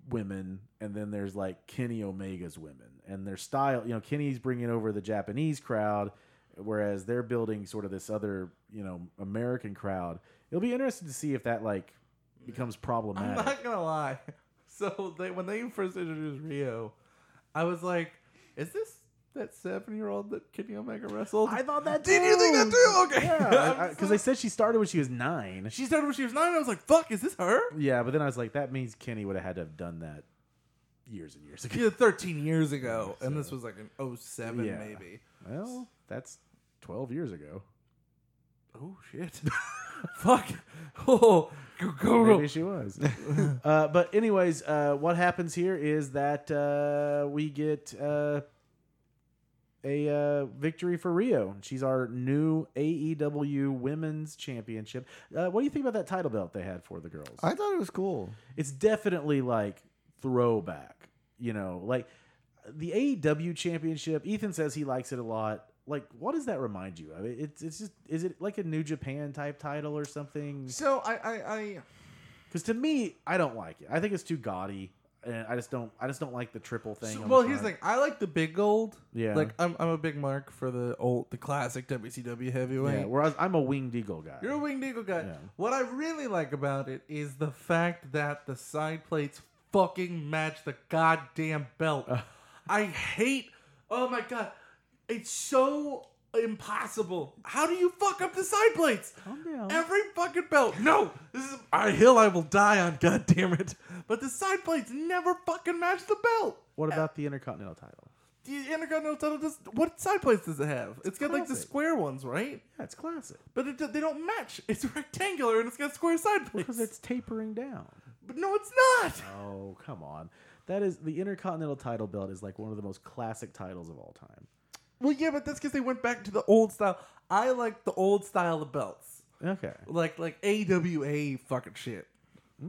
Speaker 1: women and then there's like Kenny Omega's women and their style you know Kenny's bringing over the Japanese crowd whereas they're building sort of this other you know American crowd it'll be interesting to see if that like becomes
Speaker 3: I'm
Speaker 1: problematic.
Speaker 3: not gonna lie. So they when they first introduced Rio, I was like, "Is this that seven-year-old that Kenny Omega wrestled?"
Speaker 1: I thought that.
Speaker 3: Did you think that too? Okay.
Speaker 1: Yeah,
Speaker 3: I'm
Speaker 1: because
Speaker 3: so-
Speaker 1: they said she started when she was nine.
Speaker 3: she started when she was nine. I was like, "Fuck, is this her?"
Speaker 1: Yeah, but then I was like, that means Kenny would have had to have done that years and years ago.
Speaker 3: Yeah, 13 years ago, and this was like an 07
Speaker 1: Yeah.
Speaker 3: maybe.
Speaker 1: Well, that's twelve years ago.
Speaker 3: Oh shit! Fuck! Oh, go Google.
Speaker 1: Maybe she was. uh, but anyways, uh, what happens here is that uh, we get uh, a uh, victory for Rio. She's our new AEW Women's Championship. Uh, what do you think about that title belt they had for the girls?
Speaker 4: I thought it was cool.
Speaker 1: it's definitely like throwback. You know, like the AEW championship. Ethan says he likes it a lot. Like, what does that remind you of? It- It's it's just is it like a New Japan type title or something?
Speaker 3: So I, I, I,
Speaker 1: Because to me, I don't like it. I think it's too gaudy, and I just don't. I just don't like the triple thing.
Speaker 3: so-
Speaker 1: on
Speaker 3: well, here's the
Speaker 1: front.
Speaker 3: thing. I like the big gold.
Speaker 1: Yeah.
Speaker 3: Like I'm, I'm a big mark for the old, the classic WCW heavyweight.
Speaker 1: Yeah, whereas I'm a winged eagle guy.
Speaker 3: You're a winged eagle guy.
Speaker 1: Yeah.
Speaker 3: What I really like about it is the fact that the side plates fucking match the goddamn belt. I hate. Oh my god, it's so impossible. How do you fuck up the side plates?
Speaker 1: Calm down.
Speaker 3: Every fucking belt. No, this is a hill I will die on. God damn it! But the side plates never fucking match the belt.
Speaker 1: what about the Intercontinental title?
Speaker 3: The Intercontinental title does. What side plates does it have? It's got like the
Speaker 1: classic.
Speaker 3: square ones, right?
Speaker 1: That's classic
Speaker 3: But it, do- they don't match. It's rectangular and it's got square side plates.
Speaker 1: because it's tapering down.
Speaker 3: but no, it's not.
Speaker 1: Oh come on, that is the Intercontinental title belt is like one of the most classic titles of all time.
Speaker 3: Well, yeah, but that's because they went back to the old style. I like the old style of belts,
Speaker 1: Okay.
Speaker 3: like like AWA fucking shit.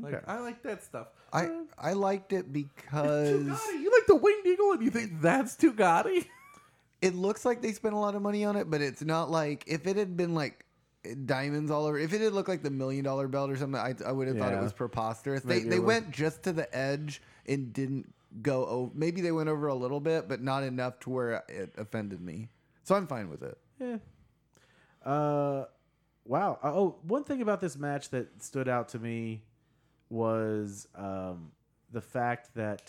Speaker 1: Okay.
Speaker 3: Like I like that stuff.
Speaker 4: I I liked it because
Speaker 3: Tugati, you like the winged eagle, and you think that's Tugati?
Speaker 4: it looks like they spent a lot of money on it, but it's not like if it had been like diamonds all over. If it had looked like the million dollar belt or something, I, I would have thought
Speaker 1: Yeah.
Speaker 4: it was preposterous.
Speaker 1: Maybe
Speaker 4: they
Speaker 1: it
Speaker 4: they
Speaker 1: was.
Speaker 4: went just to the edge and didn't go. over. Maybe they went over a little bit, but not enough to where it offended me. So I'm fine with it.
Speaker 1: Yeah. Uh, wow. Uh, Oh, one thing about this match that stood out to me was um, the fact that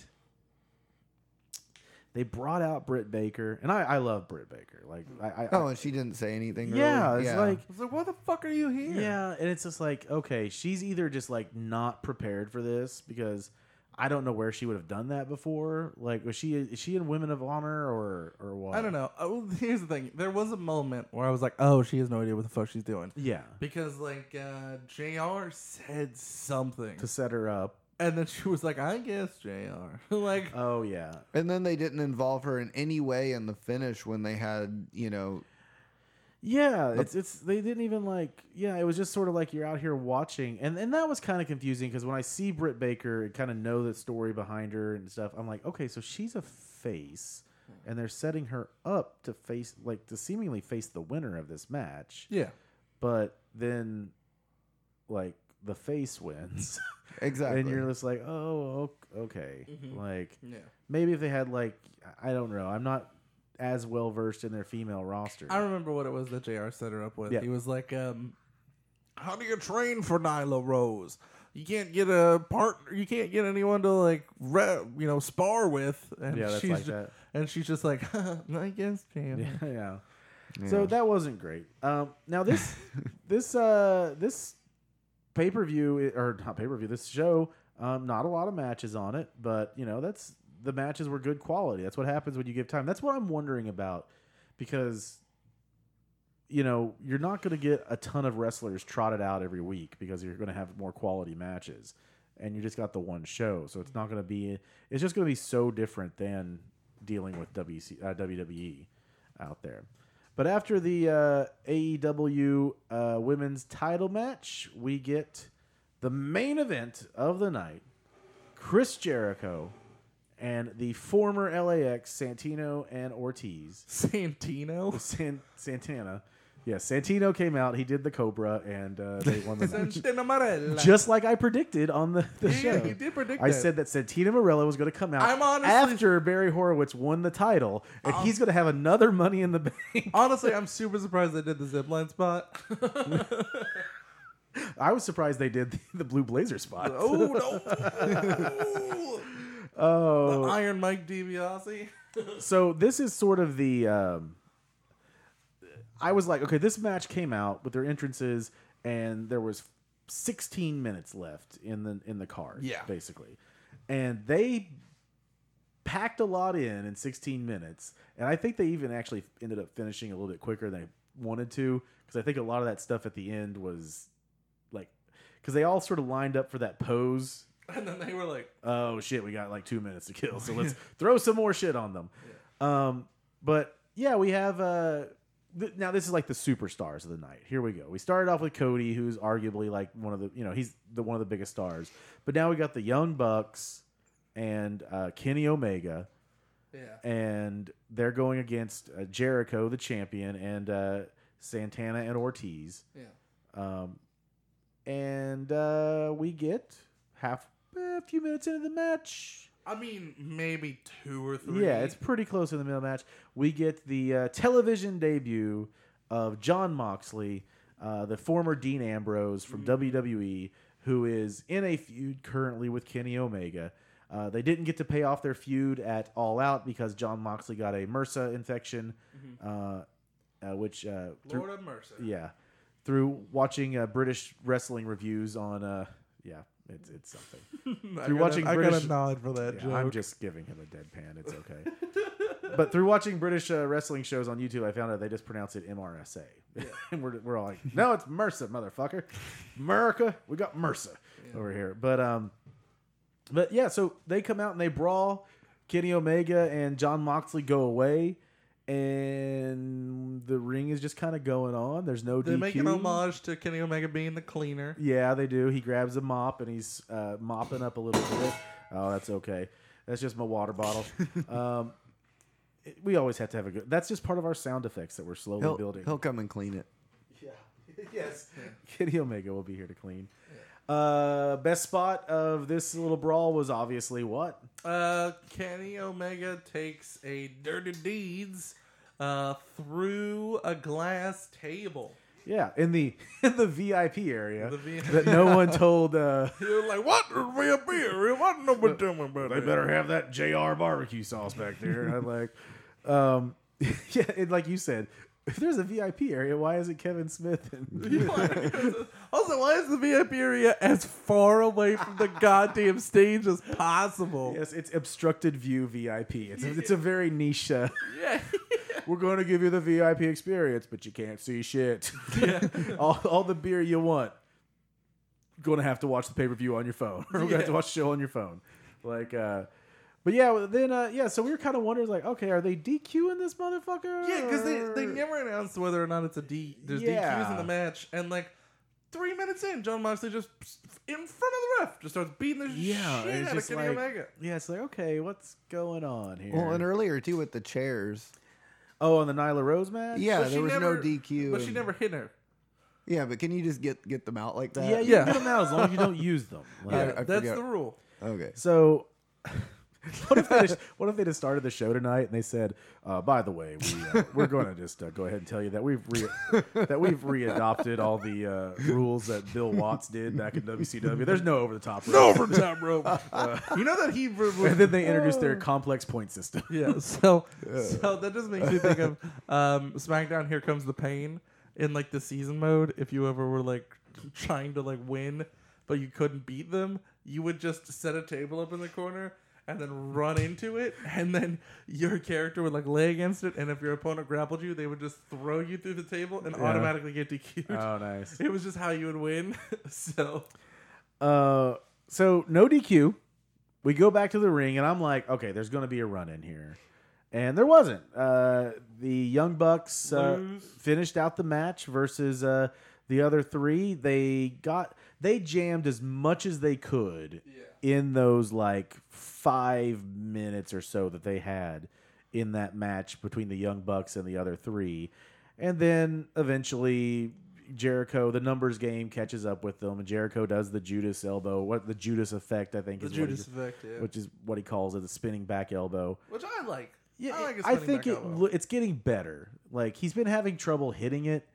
Speaker 1: they brought out Britt Baker, and I, I love Britt Baker. Like, I, I,
Speaker 4: Oh, and she didn't say anything. Really.
Speaker 1: yeah, it's like.
Speaker 3: I was like, why the fuck are you here?
Speaker 1: Yeah, and it's just like okay, she's either just like not prepared for this because I don't know where she would have done that before. Like, was she is she in Women of Honor or or what?
Speaker 3: I don't know. Oh, here's the thing. There was a moment where I was like, oh, she has no idea what the fuck she's doing.
Speaker 1: Yeah,
Speaker 3: Because like uh, Jr. said something,
Speaker 1: to set her up.
Speaker 3: and then she was like, "I guess Jr." like,
Speaker 1: Oh yeah,
Speaker 4: And then they didn't involve her in any way in the finish when they had, you know,
Speaker 1: Yeah, it's it's they didn't even like yeah, it was just sort of like you're out here watching and and that was kind of confusing because when I see Britt Baker and kind of know the story behind her and stuff, I'm like, okay, so she's a face and they're setting her up to face like to seemingly face the winner of this match.
Speaker 3: yeah,
Speaker 1: But then like the face wins
Speaker 4: exactly.
Speaker 1: and you're just like, "Oh, ok- okay."
Speaker 3: Mm-hmm.
Speaker 1: Like
Speaker 3: yeah.
Speaker 1: maybe if they had like I don't know. I'm not as well versed in their female roster.
Speaker 3: I remember what it was that Jr. set her up with.
Speaker 1: Yeah.
Speaker 3: He was like, um, "How do you train for Nyla Rose? You can't get a partner. You can't get anyone to like, re- you know, spar with." And
Speaker 1: Yeah, that's
Speaker 3: she's
Speaker 1: like
Speaker 3: ju-
Speaker 1: that.
Speaker 3: And she's just like, "I guess Jr."
Speaker 1: yeah. So that wasn't great. Um, now this this uh, this pay per view or not pay per view this show, um, not a lot of matches on it, but you know that's the matches were good quality. That's what happens when you give time. That's what I'm wondering about because you know you're not going to get a ton of wrestlers trotted out every week because you're going to have more quality matches. And you just got the one show, so it's not going to be. It's just going to be so different than dealing with WC, uh, WWE out there. But after the uh, AEW uh, women's title match, we get the main event of the night Chris Jericho and the former LAX Santino and Ortiz.
Speaker 3: Santino.
Speaker 1: San- Santana. Yeah, Santino came out. He did the Cobra and uh, they won the match.
Speaker 3: Santino Marella.
Speaker 1: Just like I predicted on the, the
Speaker 3: Yeah,
Speaker 1: show.
Speaker 3: you did predict
Speaker 1: I
Speaker 3: that.
Speaker 1: said that Santino Morella was going to come out
Speaker 3: I'm honestly- Um,
Speaker 1: after Barry Horowitz won the title, and he's going to have another Money in the Bank.
Speaker 3: Honestly, I'm super surprised they did the zipline spot.
Speaker 1: I was surprised they did the, the blue blazer spot.
Speaker 3: Oh no!
Speaker 1: Oh.
Speaker 3: Iron Mike DiBiase.
Speaker 1: so this is sort of the um, i was like okay this match came out with their entrances and there was 16 minutes left in the in the card
Speaker 3: Yeah.
Speaker 1: basically and they packed a lot in in 16 minutes and i think they even actually ended up finishing a little bit quicker than they wanted to because i think a lot of that stuff at the end was like because they all sort of lined up for that pose
Speaker 3: And then they were like,
Speaker 1: oh shit, we got like two minutes to kill, so let's throw some more shit on them. Um, but yeah, we have uh, th- now this is like the superstars of the night. Here we go. We started off with Cody, who's arguably like one of the you know he's the one of the biggest stars, but now we got the Young Bucks and uh, Kenny Omega,
Speaker 3: yeah,
Speaker 1: and they're going against uh, Jericho, the champion, and uh, Santana and Ortiz.
Speaker 3: yeah.
Speaker 1: Um, and uh, we get half a few minutes into the match.
Speaker 3: I mean, maybe two or three.
Speaker 1: Yeah, it's pretty close in the middle of the match. We get the uh, television debut of John Moxley, uh, the former Dean Ambrose
Speaker 3: Mm-hmm.
Speaker 1: from WWE, who is in a feud currently with Kenny Omega. Uh, they didn't get to pay off their feud at All Out because John Moxley got a MRSA infection, uh, uh, which uh, through-
Speaker 3: Mm-hmm. Lord of Mercy.
Speaker 1: yeah, through watching uh, British wrestling reviews on uh, yeah, it's it's something.
Speaker 3: I
Speaker 1: Through
Speaker 3: got
Speaker 1: watching
Speaker 3: a, I got
Speaker 1: British-
Speaker 3: a nod for that
Speaker 1: Yeah,
Speaker 3: joke.
Speaker 1: I'm just giving him a deadpan. It's okay. but through watching British uh, wrestling shows on YouTube, I found out they just pronounce it MRSA, and we're we're all like, no, it's MRSA, motherfucker, America, we got MRSA over here. But um, but yeah, so they come out and they brawl. Kenny Omega and John Moxley go away. And the ring is just kind of going on. There's no
Speaker 3: they
Speaker 1: DQ.
Speaker 3: make an homage to Kenny Omega being the cleaner.
Speaker 1: Yeah, they do. He grabs a mop and he's uh, mopping up a little bit. Oh, that's okay. That's just my water bottle. Um, it- we always have to have a good. That's just part of our sound effects that we're slowly
Speaker 4: He'll,
Speaker 1: building.
Speaker 4: he'll come and clean it.
Speaker 1: yes, Kitty Omega will be here to clean. Uh, best spot of this little brawl was obviously what?
Speaker 3: Uh, Kenny Omega takes a dirty deeds uh, through a glass table.
Speaker 1: Yeah, in the in the VIP area
Speaker 3: The VIP.
Speaker 1: that no one told. Uh,
Speaker 3: You're like, what? We a beer? What nobody doing about
Speaker 1: they
Speaker 3: it?
Speaker 1: better have that JR barbecue sauce back there. I like, um, yeah, and like you said, if there's a VIP area, why isn't Kevin Smith? And,
Speaker 3: also, why is the VIP area as far away from the goddamn stage as possible?
Speaker 1: yes, it's obstructed view VIP. It's a, it's a very niche. Uh,
Speaker 3: Yeah.
Speaker 1: we're going to give you the VIP experience, but you can't see shit. all, all the beer you want. Going to have to watch the pay per view on your phone, or we're going to have to
Speaker 3: Yeah.
Speaker 1: watch the show on your phone. Like, uh, but yeah, then uh, yeah. So we were kind of wondering, like, okay, are they DQing this motherfucker?
Speaker 3: Yeah, because they, they
Speaker 4: Hmm.
Speaker 1: or-
Speaker 3: never announced whether or not it's a D. There's DQs
Speaker 1: Yeah.
Speaker 3: in the match, and like three minutes in, John Moxley just in front of the ref just starts beating the
Speaker 1: yeah,
Speaker 3: shit
Speaker 1: it's
Speaker 3: out of
Speaker 1: just
Speaker 3: Kenny
Speaker 1: like,
Speaker 3: Omega.
Speaker 1: yeah, it's like okay, what's going on here?
Speaker 4: Well, and earlier too with the chairs.
Speaker 1: oh, on the Nyla Rose match.
Speaker 4: Yeah,
Speaker 3: But she
Speaker 4: there was
Speaker 3: never-
Speaker 4: no DQ.
Speaker 3: but she
Speaker 4: and-
Speaker 3: never hit her.
Speaker 4: Yeah, but can you just get get them out like that?
Speaker 1: yeah, you
Speaker 3: Yeah.
Speaker 1: can get them out as long as you don't use them. Like,
Speaker 4: Yeah. I
Speaker 3: That's
Speaker 4: forgot.
Speaker 3: the rule.
Speaker 4: Okay.
Speaker 1: So, what if they just, what if they just started the show tonight and they said, uh, "By the way, we, uh, we're going to just uh, go ahead and tell you that we've re- that we've readopted all the uh, rules that Bill Watts did back in WCW. There's no over the top. No
Speaker 3: Overtime rope. you know that he.
Speaker 1: And then they introduced their complex point system.
Speaker 3: Yeah, so so that just makes me think of um, SmackDown. Here comes the pain in like the season mode. If you ever were like trying to like win, but you couldn't beat them, you would just set a table up in the corner and then run into it, and then your character would like lay against it, and if your opponent grappled you, they would just throw you through the table and automatically get DQ'd.
Speaker 1: Oh, nice.
Speaker 3: it was just how you would win. so
Speaker 1: Uh, so no DQ. We go back to the ring, and I'm like, okay, there's going to be a run in here, and there wasn't. Uh, the Young Bucks uh,
Speaker 3: Lose.
Speaker 1: finished out the match versus uh, the other three. They got they jammed as much as they could in those like five minutes or so that they had in that match between the Young Bucks and the other three. And then eventually Jericho, the numbers game catches up with them, and Jericho does the Judas elbow. What the Judas effect, I think,
Speaker 3: the
Speaker 1: is what he-
Speaker 3: Judas effect, yeah. which,
Speaker 1: which is what he calls it, the spinning back elbow.
Speaker 3: I like.
Speaker 1: Yeah,
Speaker 3: I like. his
Speaker 1: I
Speaker 3: spinning
Speaker 1: think
Speaker 3: back
Speaker 1: it
Speaker 3: elbow.
Speaker 1: lo- it's getting better. Like he's been having trouble hitting it,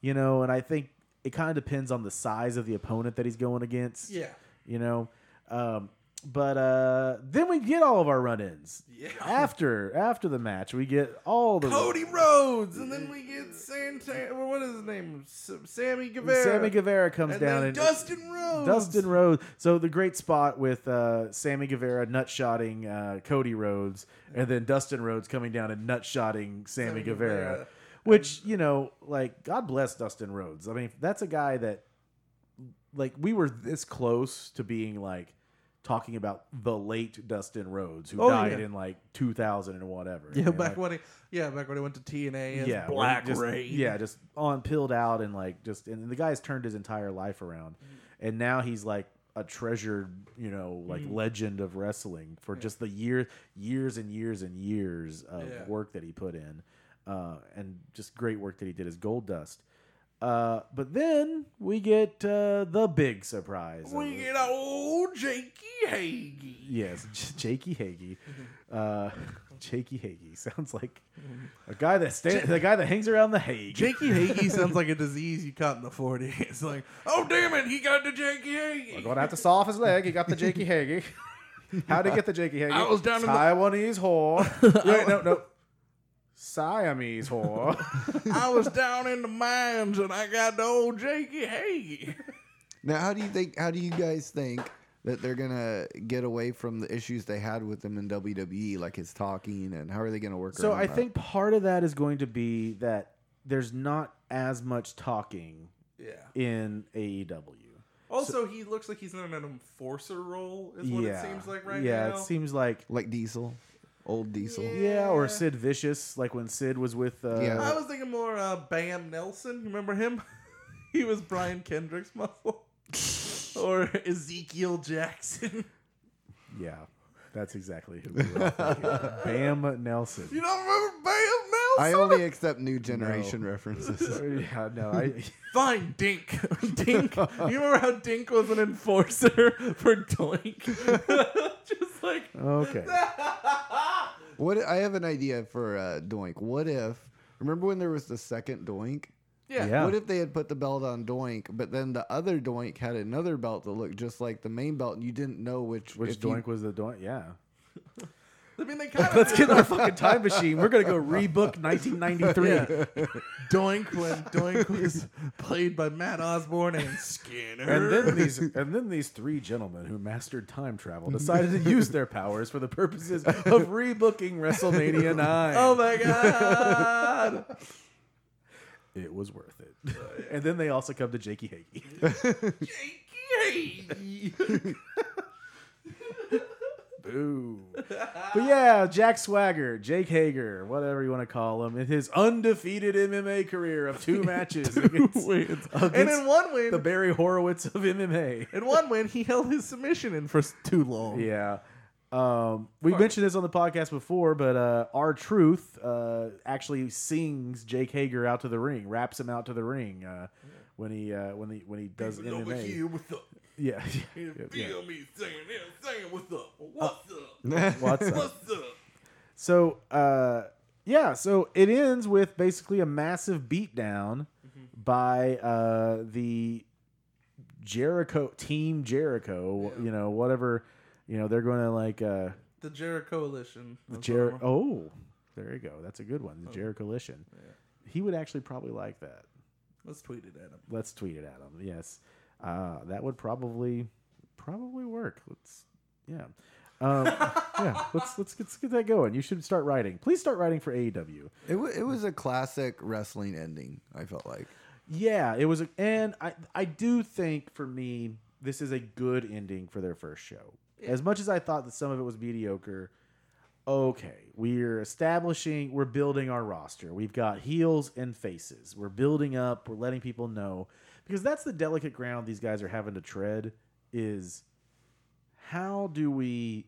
Speaker 1: you know, and I think it kind of depends on the size of the opponent that he's going against.
Speaker 3: Yeah.
Speaker 1: You know? Um, but uh, then we get all of our run ins.
Speaker 3: Yeah.
Speaker 1: After after the match, we get all the
Speaker 3: Cody Rhodes, and then we get Santana. well, What is his name? S- Sammy Guevara.
Speaker 1: Sammy Guevara comes
Speaker 3: and
Speaker 1: down
Speaker 3: then
Speaker 1: and
Speaker 3: Dustin Rhodes.
Speaker 1: Dustin Rhodes. So the great spot with uh, Sammy Guevara nutshotting uh, Cody Rhodes, and then Dustin Rhodes coming down and nutshotting Sammy,
Speaker 3: Sammy
Speaker 1: Guevara,
Speaker 3: Guevara.
Speaker 1: which you know, like God bless Dustin Rhodes. I mean, that's a guy that, like, we were this close to being like talking about the late Dustin Rhodes, who
Speaker 3: Oh,
Speaker 1: died
Speaker 3: yeah.
Speaker 1: in like 2000 and whatever.
Speaker 3: Yeah,
Speaker 1: you know, like-
Speaker 3: back when he, yeah, back when he went to TNA. As
Speaker 1: yeah, where
Speaker 3: Black
Speaker 1: just,
Speaker 3: Ray.
Speaker 1: Yeah, just on pilled out and like just and the guy's turned his entire life around, and now he's like a treasured, you know, like
Speaker 3: Mm-hmm.
Speaker 1: legend of wrestling for just the year, years and years and years of
Speaker 3: Yeah.
Speaker 1: work that he put in, uh, and just great work that he did as Gold Dust. Uh, but then we get uh, the big surprise. of
Speaker 3: We
Speaker 1: it.
Speaker 3: get old Jakey Hagee.
Speaker 1: Yes, J- Jakey Hagee. Uh, Jakey Hagee sounds like
Speaker 3: Mm-hmm.
Speaker 1: a guy that sta- the guy that hangs around the Hague.
Speaker 3: Jakey Hagee sounds like a disease you caught in the 40s. Like, oh, damn it, he got the Jakey
Speaker 1: We're
Speaker 3: Hagee.
Speaker 1: gonna have to saw off his leg. He got the Jakey Haggy. How'd he get the Jakey Haggy?
Speaker 3: I was down in the-
Speaker 1: Taiwanese whore. Wait, no, no. Siamese whore.
Speaker 3: I was down in the mines and I got the old Jakey Hagee.
Speaker 4: Now, how do you think? How do you guys think that they're gonna get away from the issues they had with him in WWE, like his talking, and how are they gonna work?
Speaker 1: so
Speaker 4: around
Speaker 1: I
Speaker 4: that?
Speaker 1: think part of that is going to be that there's not as much talking
Speaker 3: Yeah.
Speaker 1: in E AEW.
Speaker 3: Also, he looks like he's in an enforcer role, is what
Speaker 1: yeah,
Speaker 3: it seems like right
Speaker 1: yeah,
Speaker 3: now.
Speaker 1: it seems like
Speaker 4: like Diesel, old Diesel.
Speaker 1: yeah, or
Speaker 3: Yeah.
Speaker 1: Sid Vicious, like when Sid was with uh,
Speaker 4: Yeah.
Speaker 3: I was thinking more uh, Bam Nelson. You remember him? he was Brian Kendrick's muscle. or Ezekiel Jackson.
Speaker 1: yeah, that's exactly who. We were thinking. Bam Nelson.
Speaker 3: You don't remember Bam Nelson?
Speaker 4: I only accept new generation references.
Speaker 1: yeah, no, I.
Speaker 3: Fine, Dink. Dink. you remember how Dink was an enforcer for Doink? Just like,
Speaker 1: Okay.
Speaker 4: What I have an idea for uh, Doink. What if? Remember when there was the second Doink?
Speaker 3: yeah.
Speaker 1: Yeah.
Speaker 4: What if they had put the belt on Doink, but then the other Doink had another belt that looked just like the main belt, and you didn't know which
Speaker 1: Which
Speaker 4: if you-
Speaker 1: doink was the doink? Yeah.
Speaker 3: I mean, they kind of.
Speaker 1: Let's get in our fucking time machine. We're gonna go rebook 1993.
Speaker 3: Doink when Doink was played by Matt Osborne and Skinner.
Speaker 1: And then these and then these three gentlemen who mastered time travel decided to use their powers for the purposes of rebooking WrestleMania 9.
Speaker 3: oh my God.
Speaker 1: It was worth it. And then they also come to Jakey Hagee.
Speaker 3: Jakey Hagee.
Speaker 1: Boo. But yeah, Jack Swagger, Jake Hager, whatever you want to call him, in his undefeated MMA career of two matches against,
Speaker 3: wins. And
Speaker 1: against
Speaker 3: in one win,
Speaker 1: the Barry Horowitz of MMA.
Speaker 3: in one win, he held his submission in for s- too long.
Speaker 1: Yeah. Um, we mentioned this on the podcast before, but uh, our truth uh, actually sings Jake Hager out to the ring, raps him out to the ring uh, when he uh, when he when he does
Speaker 3: Over
Speaker 1: MMA.
Speaker 3: here, what's up?
Speaker 1: Yeah.
Speaker 3: You
Speaker 1: yeah. Uh,
Speaker 3: Feel me singing, yeah, singing, what's up? What's up?
Speaker 1: What's up?
Speaker 3: What's up?
Speaker 1: So uh, yeah, so it ends with basically a massive beatdown by uh, the Jericho team Jericho, you know, whatever, you know, they're going to like uh,
Speaker 3: The Jericho Coalition.
Speaker 1: The Jer- oh, there you go. That's a good one. The Jericho Coalition. He would actually probably like that.
Speaker 3: Let's tweet it at him.
Speaker 1: Let's tweet it at him. Yes, uh, that would probably probably work. Let's yeah. Um, yeah, let's, let's let's get that going. You should start writing. Please start writing for E AEW.
Speaker 4: It, w- it was a classic wrestling ending. I felt like
Speaker 1: Yeah, it was, a, and I I do think for me this is a good ending for their first show. As much as I thought that some of it was mediocre, okay, we're establishing, we're building our roster. We've got heels and faces. We're building up. We're letting people know because that's the delicate ground these guys are having to tread. Is how do we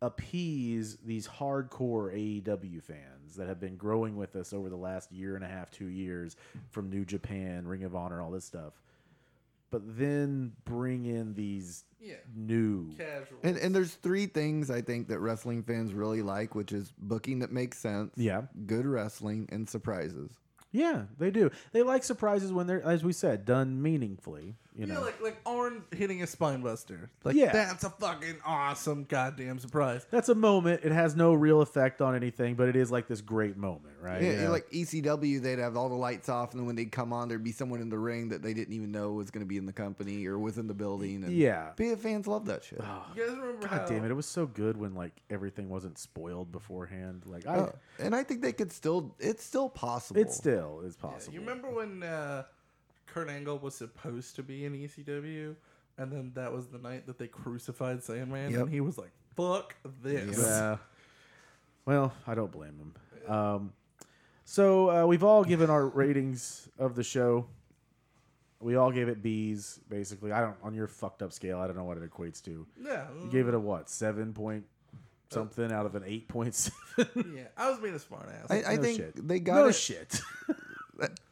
Speaker 1: appease these hardcore AEW fans that have been growing with us over the last year and a half, two years from New Japan, Ring of Honor, all this stuff. But then bring in these
Speaker 3: Yeah.
Speaker 1: new.
Speaker 3: Casual.
Speaker 4: And, and there's three things I think that wrestling fans really like, which is booking that makes sense,
Speaker 1: Yeah.
Speaker 4: good wrestling, and surprises.
Speaker 1: Yeah, they do. They like surprises when they're, as we said, done meaningfully. You
Speaker 3: Yeah,
Speaker 1: know,
Speaker 3: like like Arn hitting a spine buster. Like
Speaker 1: Yeah.
Speaker 3: that's a fucking awesome goddamn surprise.
Speaker 1: that's a moment. It has no real effect on anything, but it is like this great moment, right?
Speaker 4: Yeah, Like ECW, they'd have all the lights off, and then when they'd come on, there'd be someone in the ring that they didn't even know was going to be in the company or was in the building. And
Speaker 1: Yeah. Oh,
Speaker 4: PF fans love that shit.
Speaker 3: You guys remember
Speaker 1: God
Speaker 3: how,
Speaker 1: damn it! It was so good when like everything wasn't spoiled beforehand. Like I,
Speaker 4: Uh, and I think they could still, it's still possible.
Speaker 1: it still is possible.
Speaker 3: You remember when uh, Kurt Angle was supposed to be in ECW, and then that was the night that they crucified Sandman,
Speaker 4: Yep.
Speaker 3: and he was like, "Fuck this."
Speaker 1: Yeah. Well, I don't blame him. Um, so uh, we've all given our ratings of the show. We all gave it B's, basically. I don't on your fucked up scale. I don't know what it equates to.
Speaker 3: Yeah,
Speaker 1: You gave it a what? Seven point something out of an eight point seven.
Speaker 3: yeah. I was being a smart ass.
Speaker 4: I, I
Speaker 1: No
Speaker 4: think
Speaker 1: shit.
Speaker 4: they got
Speaker 1: no
Speaker 4: it.
Speaker 1: shit.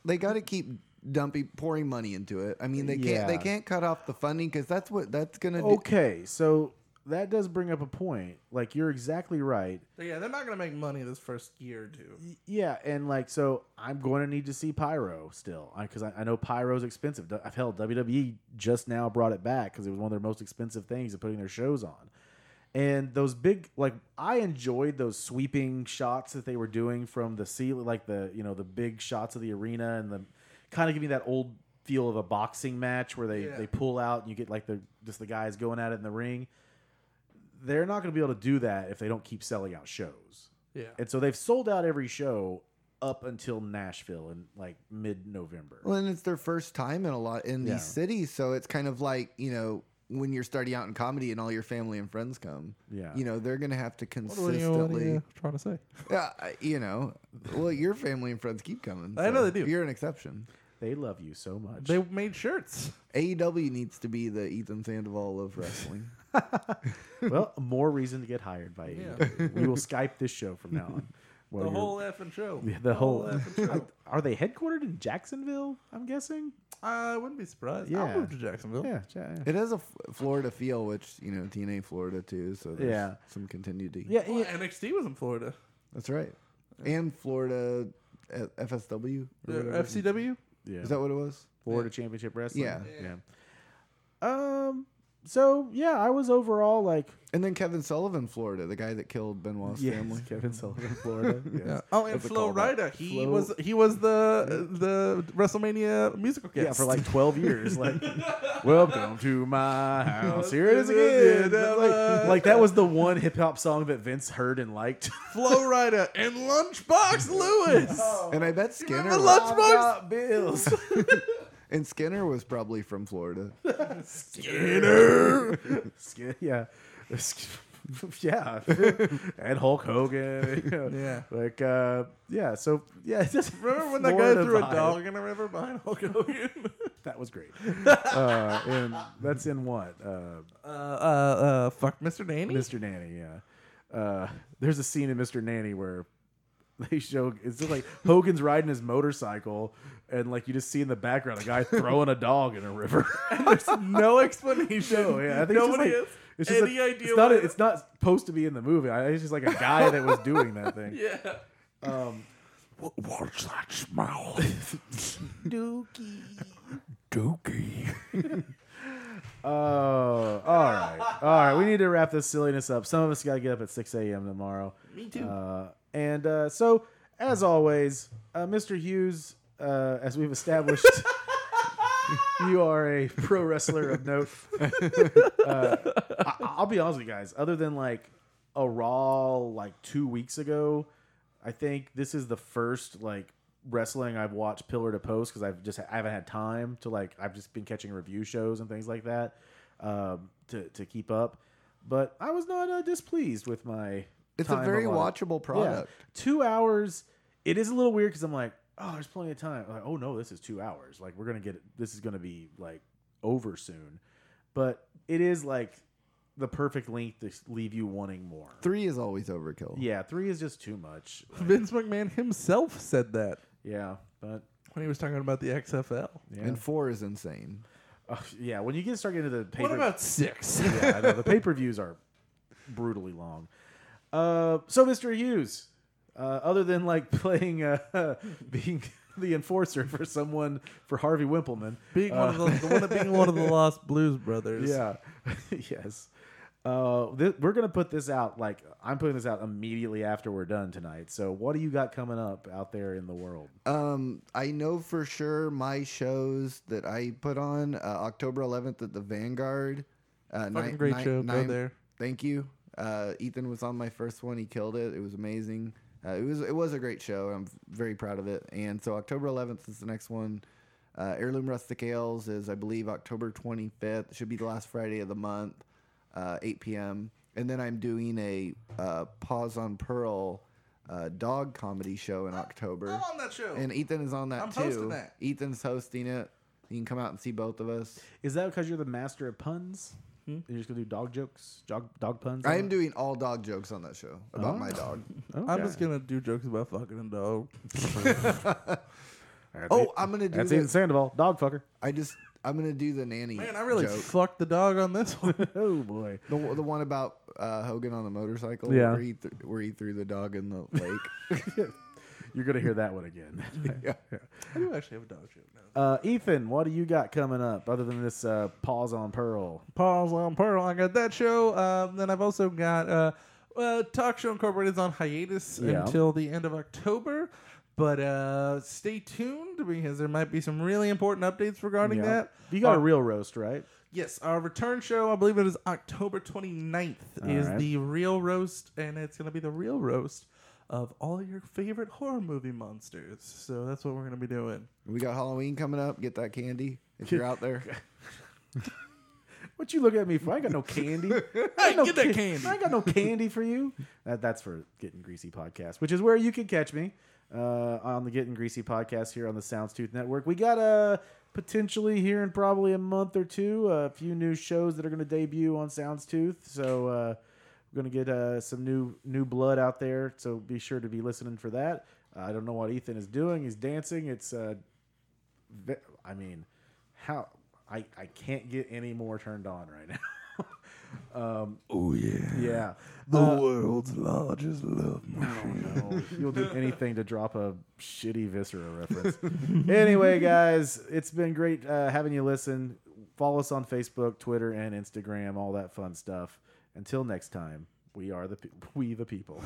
Speaker 4: They got to keep dumpy pouring money into it. I mean, they can't they
Speaker 1: Yeah.
Speaker 4: can't cut off the funding because that's what that's going to do.
Speaker 1: okay, so that does bring up a point. Like you're exactly right.
Speaker 3: yeah, they're not gonna make money this first year or two.
Speaker 1: Y- Yeah, and like so, I'm going to need to see Pyro still because I, I know Pyro's expensive. Du- Hell, WWE just now brought it back because it was one of their most expensive things of putting their shows on. And those big, like I enjoyed those sweeping shots that they were doing from the ceiling, like the you know the big shots of the arena and the kind of giving that old feel of a boxing match where they
Speaker 3: Yeah.
Speaker 1: they pull out and you get like the just the guys going at it in the ring. They're not going to be able to do that if they don't keep selling out shows.
Speaker 3: Yeah,
Speaker 1: And so they've sold out every show up until Nashville in like mid November.
Speaker 4: Well, and it's their first time in a lot in
Speaker 1: Yeah.
Speaker 4: these cities, so it's kind of like you know when you're starting out in comedy and all your family and friends come.
Speaker 1: Yeah.
Speaker 4: you know they're going to have to consistently.
Speaker 3: trying to say?
Speaker 4: Yeah, I- you know, well, your family and friends keep coming.
Speaker 3: I know
Speaker 4: so
Speaker 3: they do.
Speaker 4: You're an exception.
Speaker 1: They love you so much.
Speaker 3: They made shirts.
Speaker 4: AEW needs to be the Ethan Sandoval of wrestling.
Speaker 1: well, more reason to get hired by you. We will Skype this show from now on. Well,
Speaker 3: The whole effing show.
Speaker 1: yeah, the whole.
Speaker 3: effing show.
Speaker 1: are they headquartered in Jacksonville? I'm guessing.
Speaker 3: I wouldn't be surprised.
Speaker 1: Yeah.
Speaker 3: I'll move to
Speaker 4: Oh.
Speaker 3: Jacksonville.
Speaker 1: Yeah, ja- yeah.
Speaker 4: it has a F- Florida feel, which you know TNA Florida too. So there's
Speaker 1: Yeah.
Speaker 4: some continuity.
Speaker 1: Yeah,
Speaker 3: Well,
Speaker 1: yeah.
Speaker 3: NXT was in Florida.
Speaker 4: that's right. And Florida uh, FSW,
Speaker 3: Uh,
Speaker 4: or whatever.
Speaker 3: FCW.
Speaker 1: yeah.
Speaker 4: is that what it was?
Speaker 1: Florida Championship Wrestling.
Speaker 4: Yeah.
Speaker 1: yeah. Um. So yeah, I was overall like
Speaker 4: And then Kevin Sullivan, Florida, the guy that killed Benoit's
Speaker 1: yes,
Speaker 4: family.
Speaker 1: Kevin Sullivan, Florida. yes.
Speaker 3: Yeah. Oh, and
Speaker 4: That's a
Speaker 3: Flo
Speaker 4: callback.
Speaker 3: Rida. He
Speaker 1: Flo-
Speaker 3: was he was the the WrestleMania musical guest.
Speaker 1: Yeah, for like 12 years. Like, welcome to my house. Here it is
Speaker 3: Yeah,
Speaker 1: again.
Speaker 3: that
Speaker 1: Like,
Speaker 3: was-
Speaker 1: like, that was the one hip hop song that Vince heard and liked.
Speaker 3: Flo Rida and Lunchbox Lewis.
Speaker 4: And I bet Skinner
Speaker 3: remember
Speaker 4: was,
Speaker 3: Lunch- Lunchbox?
Speaker 1: got bills.
Speaker 4: and Skinner was probably from Florida.
Speaker 1: Skinner. Skin, yeah. Sk- Yeah. and Hulk Hogan.
Speaker 3: Yeah.
Speaker 1: Like, uh, yeah. So, yeah. it's Just
Speaker 3: Remember when that guy
Speaker 1: Florida
Speaker 3: threw a
Speaker 1: vibe.
Speaker 3: dog in a river behind Hulk Hogan?
Speaker 1: That was great. uh, and that's in what? Uh,
Speaker 3: uh, uh, uh, fuck Mr. Danny.
Speaker 1: Mr. Nanny, yeah. Uh, there's a scene in Mr. Nanny where they show it's just like Hogan's riding his motorcycle, and like you just see in the background a guy throwing a dog in a river.
Speaker 3: There's no explanation.
Speaker 1: No, yeah, I think
Speaker 3: Nobody
Speaker 1: it's just like,
Speaker 3: has
Speaker 1: it's just
Speaker 3: any
Speaker 1: like-
Speaker 3: idea.
Speaker 1: It's not,
Speaker 3: what
Speaker 1: it's not supposed to be in the movie. I, it's just like a guy that was doing that thing.
Speaker 3: yeah.
Speaker 1: Watch that smell, Dookie. Dookie. Oh, all right, all right. We need to wrap this silliness up. Some of us got to get up at six a.m. tomorrow.
Speaker 3: Me too.
Speaker 1: Uh, and uh, so, as always, uh, Mr. Hughes, uh, as we've established, you are a pro wrestler of note. uh, I- I'll be honest with you guys. Other than like a Raw like two weeks ago, I think this is the first like wrestling I've watched pillar to post because I've just I haven't had time to like I've just been catching review shows and things like that um, to to keep up. But I was not uh, displeased with my.
Speaker 4: It's a
Speaker 1: time
Speaker 4: very
Speaker 1: allotted.
Speaker 4: watchable product.
Speaker 1: Yeah. Two hours. It is a little weird because I'm like, oh, there's plenty of time. I'm like, oh no, this is two hours. Like we're gonna get this is gonna be like over soon. But it is like the perfect length to leave you wanting more.
Speaker 4: Three is always overkill.
Speaker 1: Yeah, three is just too much. Like,
Speaker 3: Vince McMahon himself said that
Speaker 1: yeah, but
Speaker 3: when he was talking about the XFL.
Speaker 1: yeah,
Speaker 4: And four is insane.
Speaker 1: Ugh, oh, yeah. When you get start getting to the paper,
Speaker 3: What about six?
Speaker 1: yeah, I know. the pay per views are brutally long. Uh, so, Mr. Hughes, uh, other than like playing, uh, being the enforcer for someone for Harvey Wimpleman.
Speaker 3: Being one of the, the one of being one of the Lost Blues Brothers.
Speaker 1: Yeah. yes. Uh, th- we're gonna put this out like I'm putting this out immediately after we're done tonight. So what do you got coming up out there in the world?
Speaker 4: Um, I know for sure my shows that I put on uh, October 11th at the Vanguard. Uh,
Speaker 3: Fucking great show. Go there.
Speaker 4: Thank you. Uh, Ethan was on my first one. He killed it. It was amazing. Uh, it was it was a great show. I'm very proud of it. And so October 11th is the next one. Uh, Heirloom Rustic Ales is I believe October 25th. Should be the last Friday of the month, uh, 8 p.m. And then I'm doing a uh, Pause on Pearl uh, dog comedy show in October.
Speaker 3: I'm on that show.
Speaker 4: And Ethan is on that
Speaker 3: I'm
Speaker 4: too.
Speaker 3: hosting that.
Speaker 4: Ethan's hosting it. You can come out and see both of us.
Speaker 1: Is that because you're the master of puns? You're just gonna do dog jokes, dog dog puns.
Speaker 4: I am doing all dog jokes on that show about my dog.
Speaker 3: I'm just gonna do jokes about fucking a dog.
Speaker 4: oh, I'm gonna do.
Speaker 1: That's
Speaker 4: The,
Speaker 1: Ethan Sandoval, dog fucker.
Speaker 4: I just I'm gonna do the nanny.
Speaker 3: Man, I really
Speaker 4: joke.
Speaker 3: fucked the dog on this one.
Speaker 1: Oh boy.
Speaker 4: The, the one about uh, Hogan on the motorcycle.
Speaker 1: Yeah.
Speaker 4: where he, th- where he threw the dog in the lake.
Speaker 1: You're gonna hear that one again.
Speaker 3: I do actually have a dog show now.
Speaker 1: Uh, Ethan, what do you got coming up other than this uh, pause on Pearl?
Speaker 3: Paul's on Pearl. I got that show. Um, then I've also got uh, uh, Talk Show Incorporated is on hiatus
Speaker 1: Yeah.
Speaker 3: until the end of October. But uh, stay tuned because there might be some really important updates regarding
Speaker 1: Yeah.
Speaker 3: that.
Speaker 1: You got a
Speaker 3: Our-
Speaker 4: uh,
Speaker 1: real roast, right?
Speaker 3: Yes, our return show, I believe it is October 29th, is
Speaker 1: right.
Speaker 3: the real roast, and it's going to be the real roast of all your favorite horror movie monsters. So that's what we're going to be doing.
Speaker 4: we got Halloween coming up. Get that candy if you're out there.
Speaker 1: What you look at me for? I ain't got no candy. I
Speaker 3: Hey,
Speaker 1: ain't no
Speaker 3: get that
Speaker 1: ca-
Speaker 3: candy.
Speaker 1: I ain't got no candy for you. That, that's for Getting Greasy podcast, which is where you can catch me uh, on the Getting Greasy podcast here on the Soundstooth Network. We got uh, potentially here in probably a month or two a few new shows that are going to debut on Soundstooth. So uh, we're going to get uh, some new new blood out there. So be sure to be listening for that. I don't know what Ethan is doing. He's dancing. It's uh, ve- I mean, how I I can't get any more turned on right now. um,
Speaker 3: Oh, yeah. Uh,
Speaker 1: yeah, Uh,
Speaker 3: The world's largest love machine.
Speaker 1: no, you'll do anything to drop a shitty viscera reference. anyway, guys, it's been great uh, having you listen. Follow us on Facebook, Twitter, and Instagram. All that fun stuff. Until next time, we are the pe- we the people.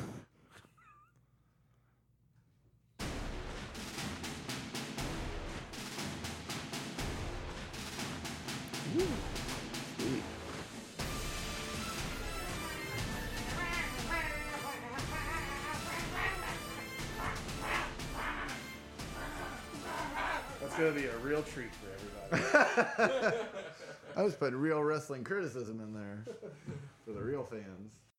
Speaker 1: That's gonna be a real treat for everybody.
Speaker 4: I was putting real wrestling criticism in there for the real fans.